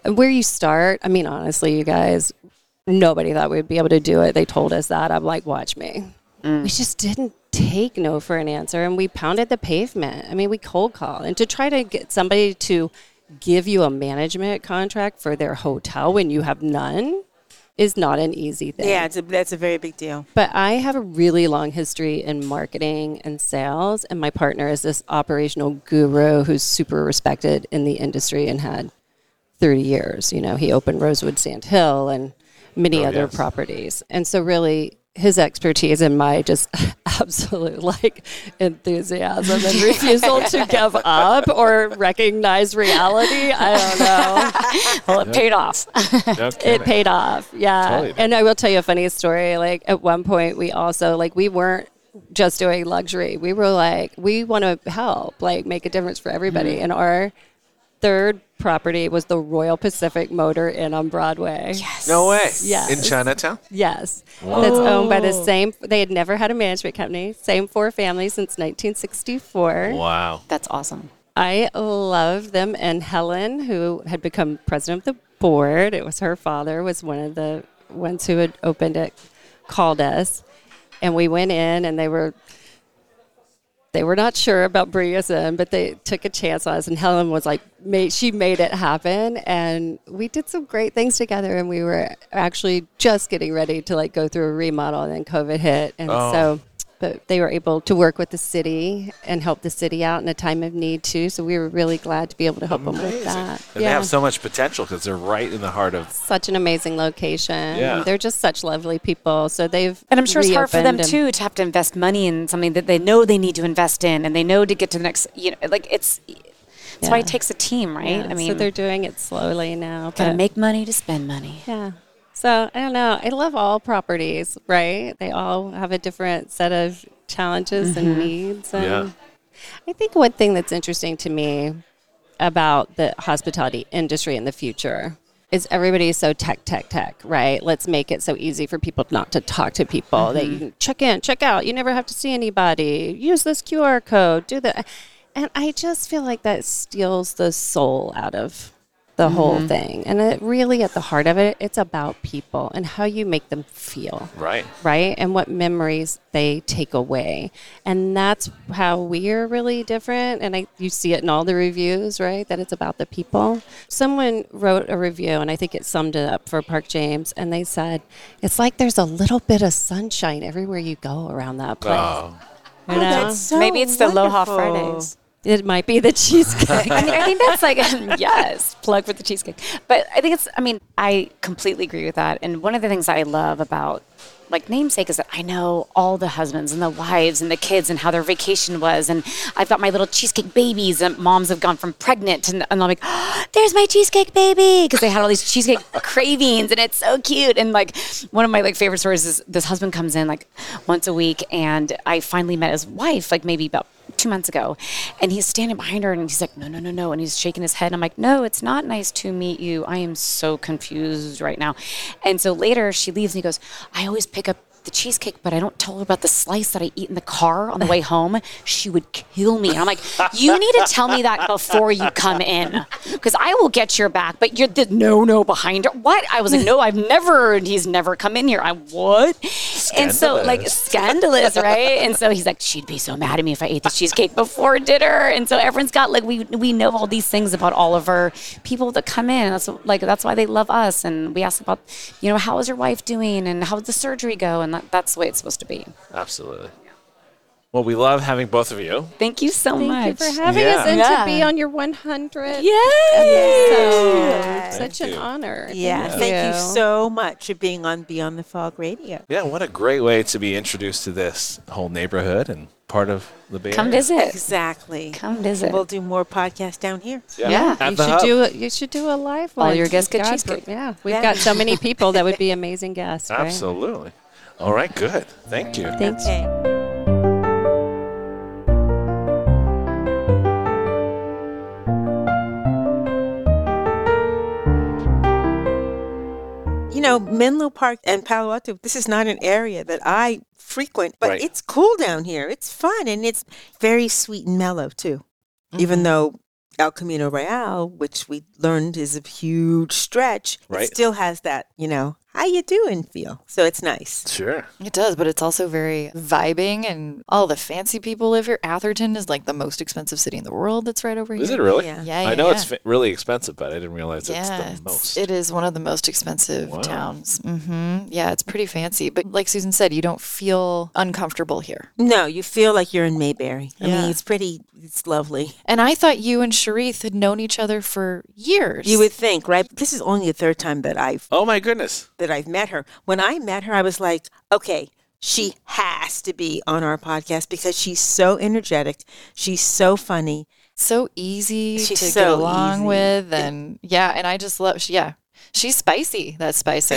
S7: where you start. I mean, honestly, you guys, nobody thought we'd be able to do it. They told us that. I'm like, watch me. We just didn't take no for an answer and we pounded the pavement. I mean, we cold call. And to try to get somebody to give you a management contract for their hotel when you have none is not an easy thing.
S5: Yeah, it's a, that's a very big deal.
S7: But I have a really long history in marketing and sales, and my partner is this operational guru who's super respected in the industry and had 30 years. You know, he opened Rosewood Sand Hill and many other
S4: yes.
S7: properties. And so, really, his expertise and my just absolute like enthusiasm and refusal to give up or recognize reality. I don't know
S6: Well, it paid off.
S4: No
S7: it
S4: kidding.
S7: paid off. Yeah.
S4: Totally.
S7: And I will tell you a funny story. Like at one point we also like we weren't just doing luxury. We were like, we want to help, like make a difference for everybody. And our third property was the Royal Pacific Motor Inn on Broadway. Yes.
S4: No way.
S7: Yes.
S4: In Chinatown?
S7: Yes. That's owned by the same they had never had a management company, same four families since nineteen sixty four.
S4: Wow.
S6: That's awesome.
S7: I love them. And Helen, who had become president of the board, it was her father, was one of the ones who had opened it, called us, and we went in, and they were they were not sure about bringing us in, but they took a chance on us. And Helen was like, made, she made it happen. And we did some great things together. And we were actually just getting ready to like go through a remodel. And then COVID hit. And
S4: Oh.
S7: so, but they were able to work with the city and help the city out in a time of need too. So we were really glad to be able to help them with
S4: And
S7: that.
S4: they have so much potential because they're right in the heart of.
S7: Such an amazing location.
S4: Yeah.
S7: They're just such lovely people. So they've
S6: And I'm sure it's hard for them
S7: reopened and-
S6: too to have to invest money in something that they know they need to invest in and they know to get to the next, you know, like it's, that's why it takes a team, right?
S7: Yeah,
S6: I mean,
S7: so they're doing it slowly now.
S6: gotta
S7: but-
S6: make money to spend money.
S7: Yeah. So I don't know. I love all properties, right? They all have a different set of challenges
S6: Mm-hmm.
S7: and needs. And
S4: Yeah.
S7: I think one thing that's interesting to me about the hospitality industry in the future is everybody is so tech, tech, tech, right? Let's make it so easy for people not to talk to people that you can check in, check out. You never have to see anybody. Use this QR code, do that. And I just feel like that steals the soul out of the whole thing. And it really, at the heart of it, it's about people and how you make them feel
S4: Right.
S7: right? And what memories they take away. And that's how we're really different. And I, you see it in all the reviews, right? That it's about the people. Someone wrote a review, and I think it summed it up for Park James. And they said, it's like there's a little bit of sunshine everywhere you go around that place.
S4: Oh,
S7: You
S5: Oh,
S7: know?
S5: that's so
S6: Maybe it's the Aloha
S5: wonderful.
S6: Fridays.
S7: it might be the cheesecake.
S6: I, mean, I think that's like yes, plug for the cheesecake. But I think it's. I mean, I completely agree with that. And one of the things I love about like namesake is that I know all the husbands and the wives and the kids and how their vacation was. And I've got my little cheesecake babies and moms have gone from pregnant and, and I'm like, "Oh, there's my cheesecake baby because they had all these cheesecake cravings and it's so cute. And like one of my like favorite stories is this husband comes in like once a week and I finally met his wife like maybe about two months ago. And he's standing behind her and he's like, no, no, no, no. And he's shaking his head. And I'm like, no, it's not nice to meet you. I am so confused right now. And so later she leaves and he goes, I always pick up the cheesecake, but I don't tell her about the slice that I eat in the car on the way home. She would kill me. And I'm like, you need to tell me that before you come in because I will get your back, but you're the no, no behind her. What? I was like, no, I've never, and he's never come in here. I what? And so like scandalous, right? And so he's like, she'd be so mad at me if I ate the cheesecake before dinner. And so everyone's got like we we know all these things about all of our people that come in. That's like that's why they love us. And we ask about, you know, how is your wife doing and how did the surgery go? And that, that's the way it's supposed to be.
S4: absolutely. Well, we love having both of you.
S6: Thank you so
S7: Thank
S6: much.
S7: you for having us
S4: Yeah.
S7: and
S6: Yeah.
S7: to be on your 100.
S6: Yay!
S7: Such
S4: Thank
S7: an
S4: you.
S7: honor.
S5: Yeah, thank, you so much for being on Beyond the Fog Radio.
S4: Yeah, what a great way to be introduced to this whole neighborhood and part of the Bay
S6: Come
S4: Area.
S6: visit.
S5: Exactly.
S6: Come visit.
S5: We'll do more podcasts down here.
S4: Yeah,
S6: Yeah.
S4: At
S7: you
S4: the
S7: should
S4: Hub.
S7: do a, you should do a live
S6: All
S7: one.
S6: your guests get
S7: God,
S6: cheesecake.
S7: Yeah, we've
S5: Yeah.
S7: got so many people that would be amazing guests. right?
S4: Absolutely. All right, good. Thank you.
S7: Thank you.
S5: Okay. You know, Menlo Park and Palo Alto, this is not an area that I frequent, but
S4: Right.
S5: it's cool down here. It's fun and it's very sweet and mellow too.
S4: Mm-hmm.
S5: Even though El Camino Real, which we learned is a huge stretch,
S4: Right.
S5: it still has that, you know, how you doing feel. So it's nice.
S4: Sure.
S1: It does, but it's also very vibing, and all the fancy people live here. Atherton is like the most expensive city in the world. That's right over here.
S4: Is it really?
S5: Yeah.
S1: Yeah,
S4: I
S1: yeah,
S4: know
S1: yeah.
S4: it's fa- really expensive, but I didn't realize
S1: yeah,
S4: it's the most.
S1: it is one of the most expensive
S4: Wow.
S1: towns. hmm Yeah, it's pretty fancy, but like Susan said, you don't feel uncomfortable here.
S5: No, you feel like you're in Mayberry. I
S1: Yeah.
S5: mean, it's pretty, it's lovely.
S1: And I thought you and Sharith had known each other for years.
S5: You would think, right? This is only the third time that I've
S4: oh my goodness.
S5: that I've met her. When I met her, I was like, okay, she has to be on our podcast because she's so energetic, she's so funny.
S1: so easy
S5: She's
S1: to get
S5: so
S1: along
S5: easy.
S1: with, and yeah, and I just love. She, yeah, she's spicy. That Spicer.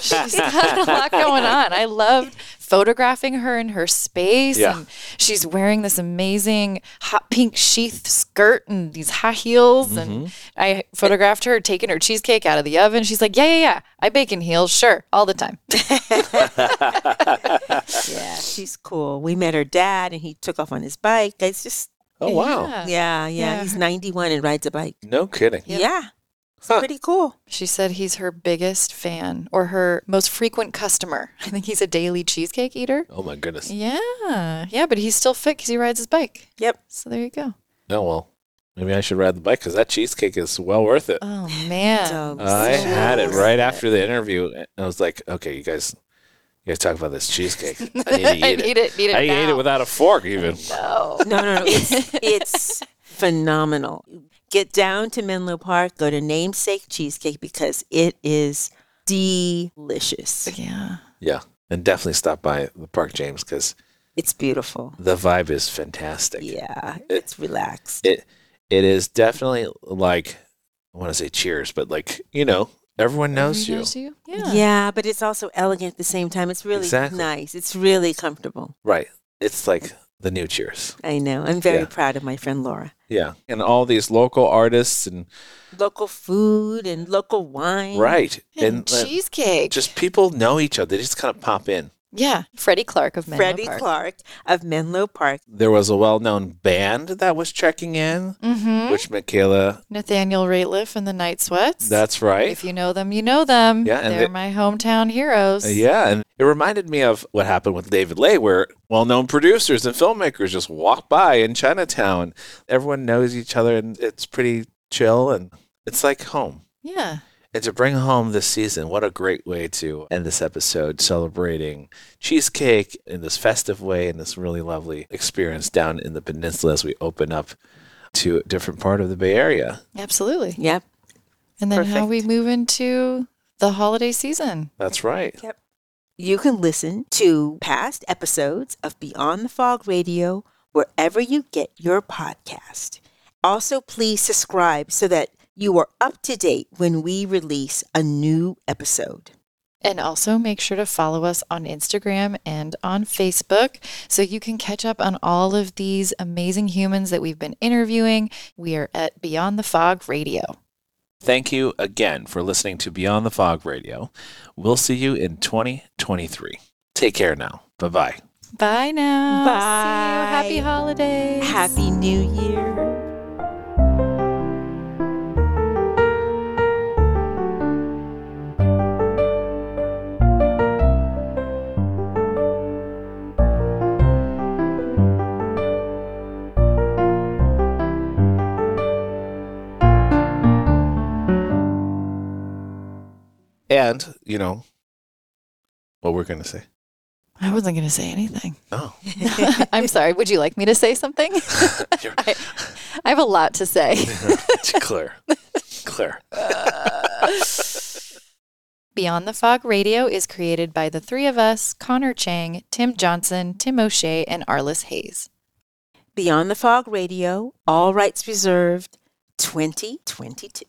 S1: she's got a lot going on. I loved photographing her in her space.
S4: Yeah.
S1: And she's wearing this amazing hot pink sheath skirt and these high heels. And I photographed her taking her cheesecake out of the oven. She's like, yeah, yeah, yeah. I bake in heels, sure, all the time.
S5: Yeah, she's cool. We met her dad, and he took off on his bike. It's just,
S4: Oh wow.
S5: yeah, yeah.
S1: Uh, Yeah.
S5: He's 91 and rides a bike.
S4: No kidding.
S5: Yeah, it's
S4: Huh.
S5: pretty cool.
S1: She said he's her biggest fan or her most frequent customer. I think he's a daily cheesecake eater.
S4: Oh my goodness.
S1: Yeah. Yeah, but he's still fit because he rides his bike.
S5: Yep.
S1: So there you go.
S4: No, well, maybe I should ride the bike because that cheesecake is well worth it.
S1: Oh, man.
S5: So
S4: I had it
S5: Yes.
S4: right after the interview. and I was like, okay, you guys, you guys talk about this cheesecake. I need to eat
S1: I
S4: it.
S1: need it, need it
S4: I ate
S1: now.
S4: it without a fork, even.
S5: No, no, no. It's, it's phenomenal. Get down to Menlo Park, go to Namesake Cheesecake because it is delicious.
S1: Yeah.
S4: Yeah, and definitely stop by the Park James because
S5: It's beautiful.
S4: the vibe is fantastic.
S5: Yeah, it's relaxed.
S4: It it is definitely like I want to say Cheers, but like you know Everyone knows you.
S1: Knows you?
S5: Yeah.
S1: Yeah.
S5: but it's also elegant at the same time. It's really
S4: Exactly.
S5: nice. It's really comfortable.
S4: Right. It's like the new Cheers.
S5: I know. I'm very
S4: Yeah.
S5: proud of my friend Laura.
S4: Yeah. And all these local artists and
S5: Local food and local wine.
S4: right.
S1: Mm. And,
S4: uh,
S1: cheesecake.
S4: just people know each other. They just kind of pop in.
S1: yeah. Freddie Clark of Menlo
S5: Freddie
S1: Park.
S5: Clark of Menlo Park.
S4: There was a well-known band that was checking in,
S1: Mm-hmm.
S4: which Michaela.
S1: Nathaniel Rateliff and the Night Sweats.
S4: That's right.
S1: If you know them, you know them.
S4: Yeah, and
S1: They're
S4: they- Uh,
S1: my hometown heroes.
S4: Yeah, and it reminded me of what happened with David Lay, where well-known producers and filmmakers just walk by in Chinatown. Everyone knows each other, and it's pretty chill, and it's like home.
S1: Yeah.
S4: And to bring home this season, what a great way to end this episode, celebrating cheesecake in this festive way and this really lovely experience down in the peninsula as we open up to a different part of the Bay Area.
S1: Absolutely.
S5: Yep.
S1: And then how we
S5: Perfect.
S1: move into the holiday season.
S4: That's right.
S5: You can listen to past episodes of Beyond the Fog Radio wherever you get your podcast. Also, please subscribe so that you are up to date when we release a new episode.
S1: And also make sure to follow us on Instagram and on Facebook so you can catch up on all of these amazing humans that we've been interviewing. We are at Beyond the Fog Radio.
S4: Thank you again for listening to Beyond the Fog Radio. We'll see you in 2023. Take care now. Bye bye.
S1: Bye now.
S5: Bye.
S1: See you. Happy holidays.
S5: Happy New Year.
S4: And, you know, what we're going to say.
S1: I wasn't going to say anything.
S4: Oh,
S1: I'm sorry. Would you like me to say something?
S4: you're
S1: I, I have a lot to say.
S4: Claire. Claire.
S1: Beyond the Fog Radio is created by the three of us Connor Chang, Tim Johnson, Tim O'Shea, and Arliss Hayes.
S5: Beyond the Fog Radio, all rights reserved, 2022.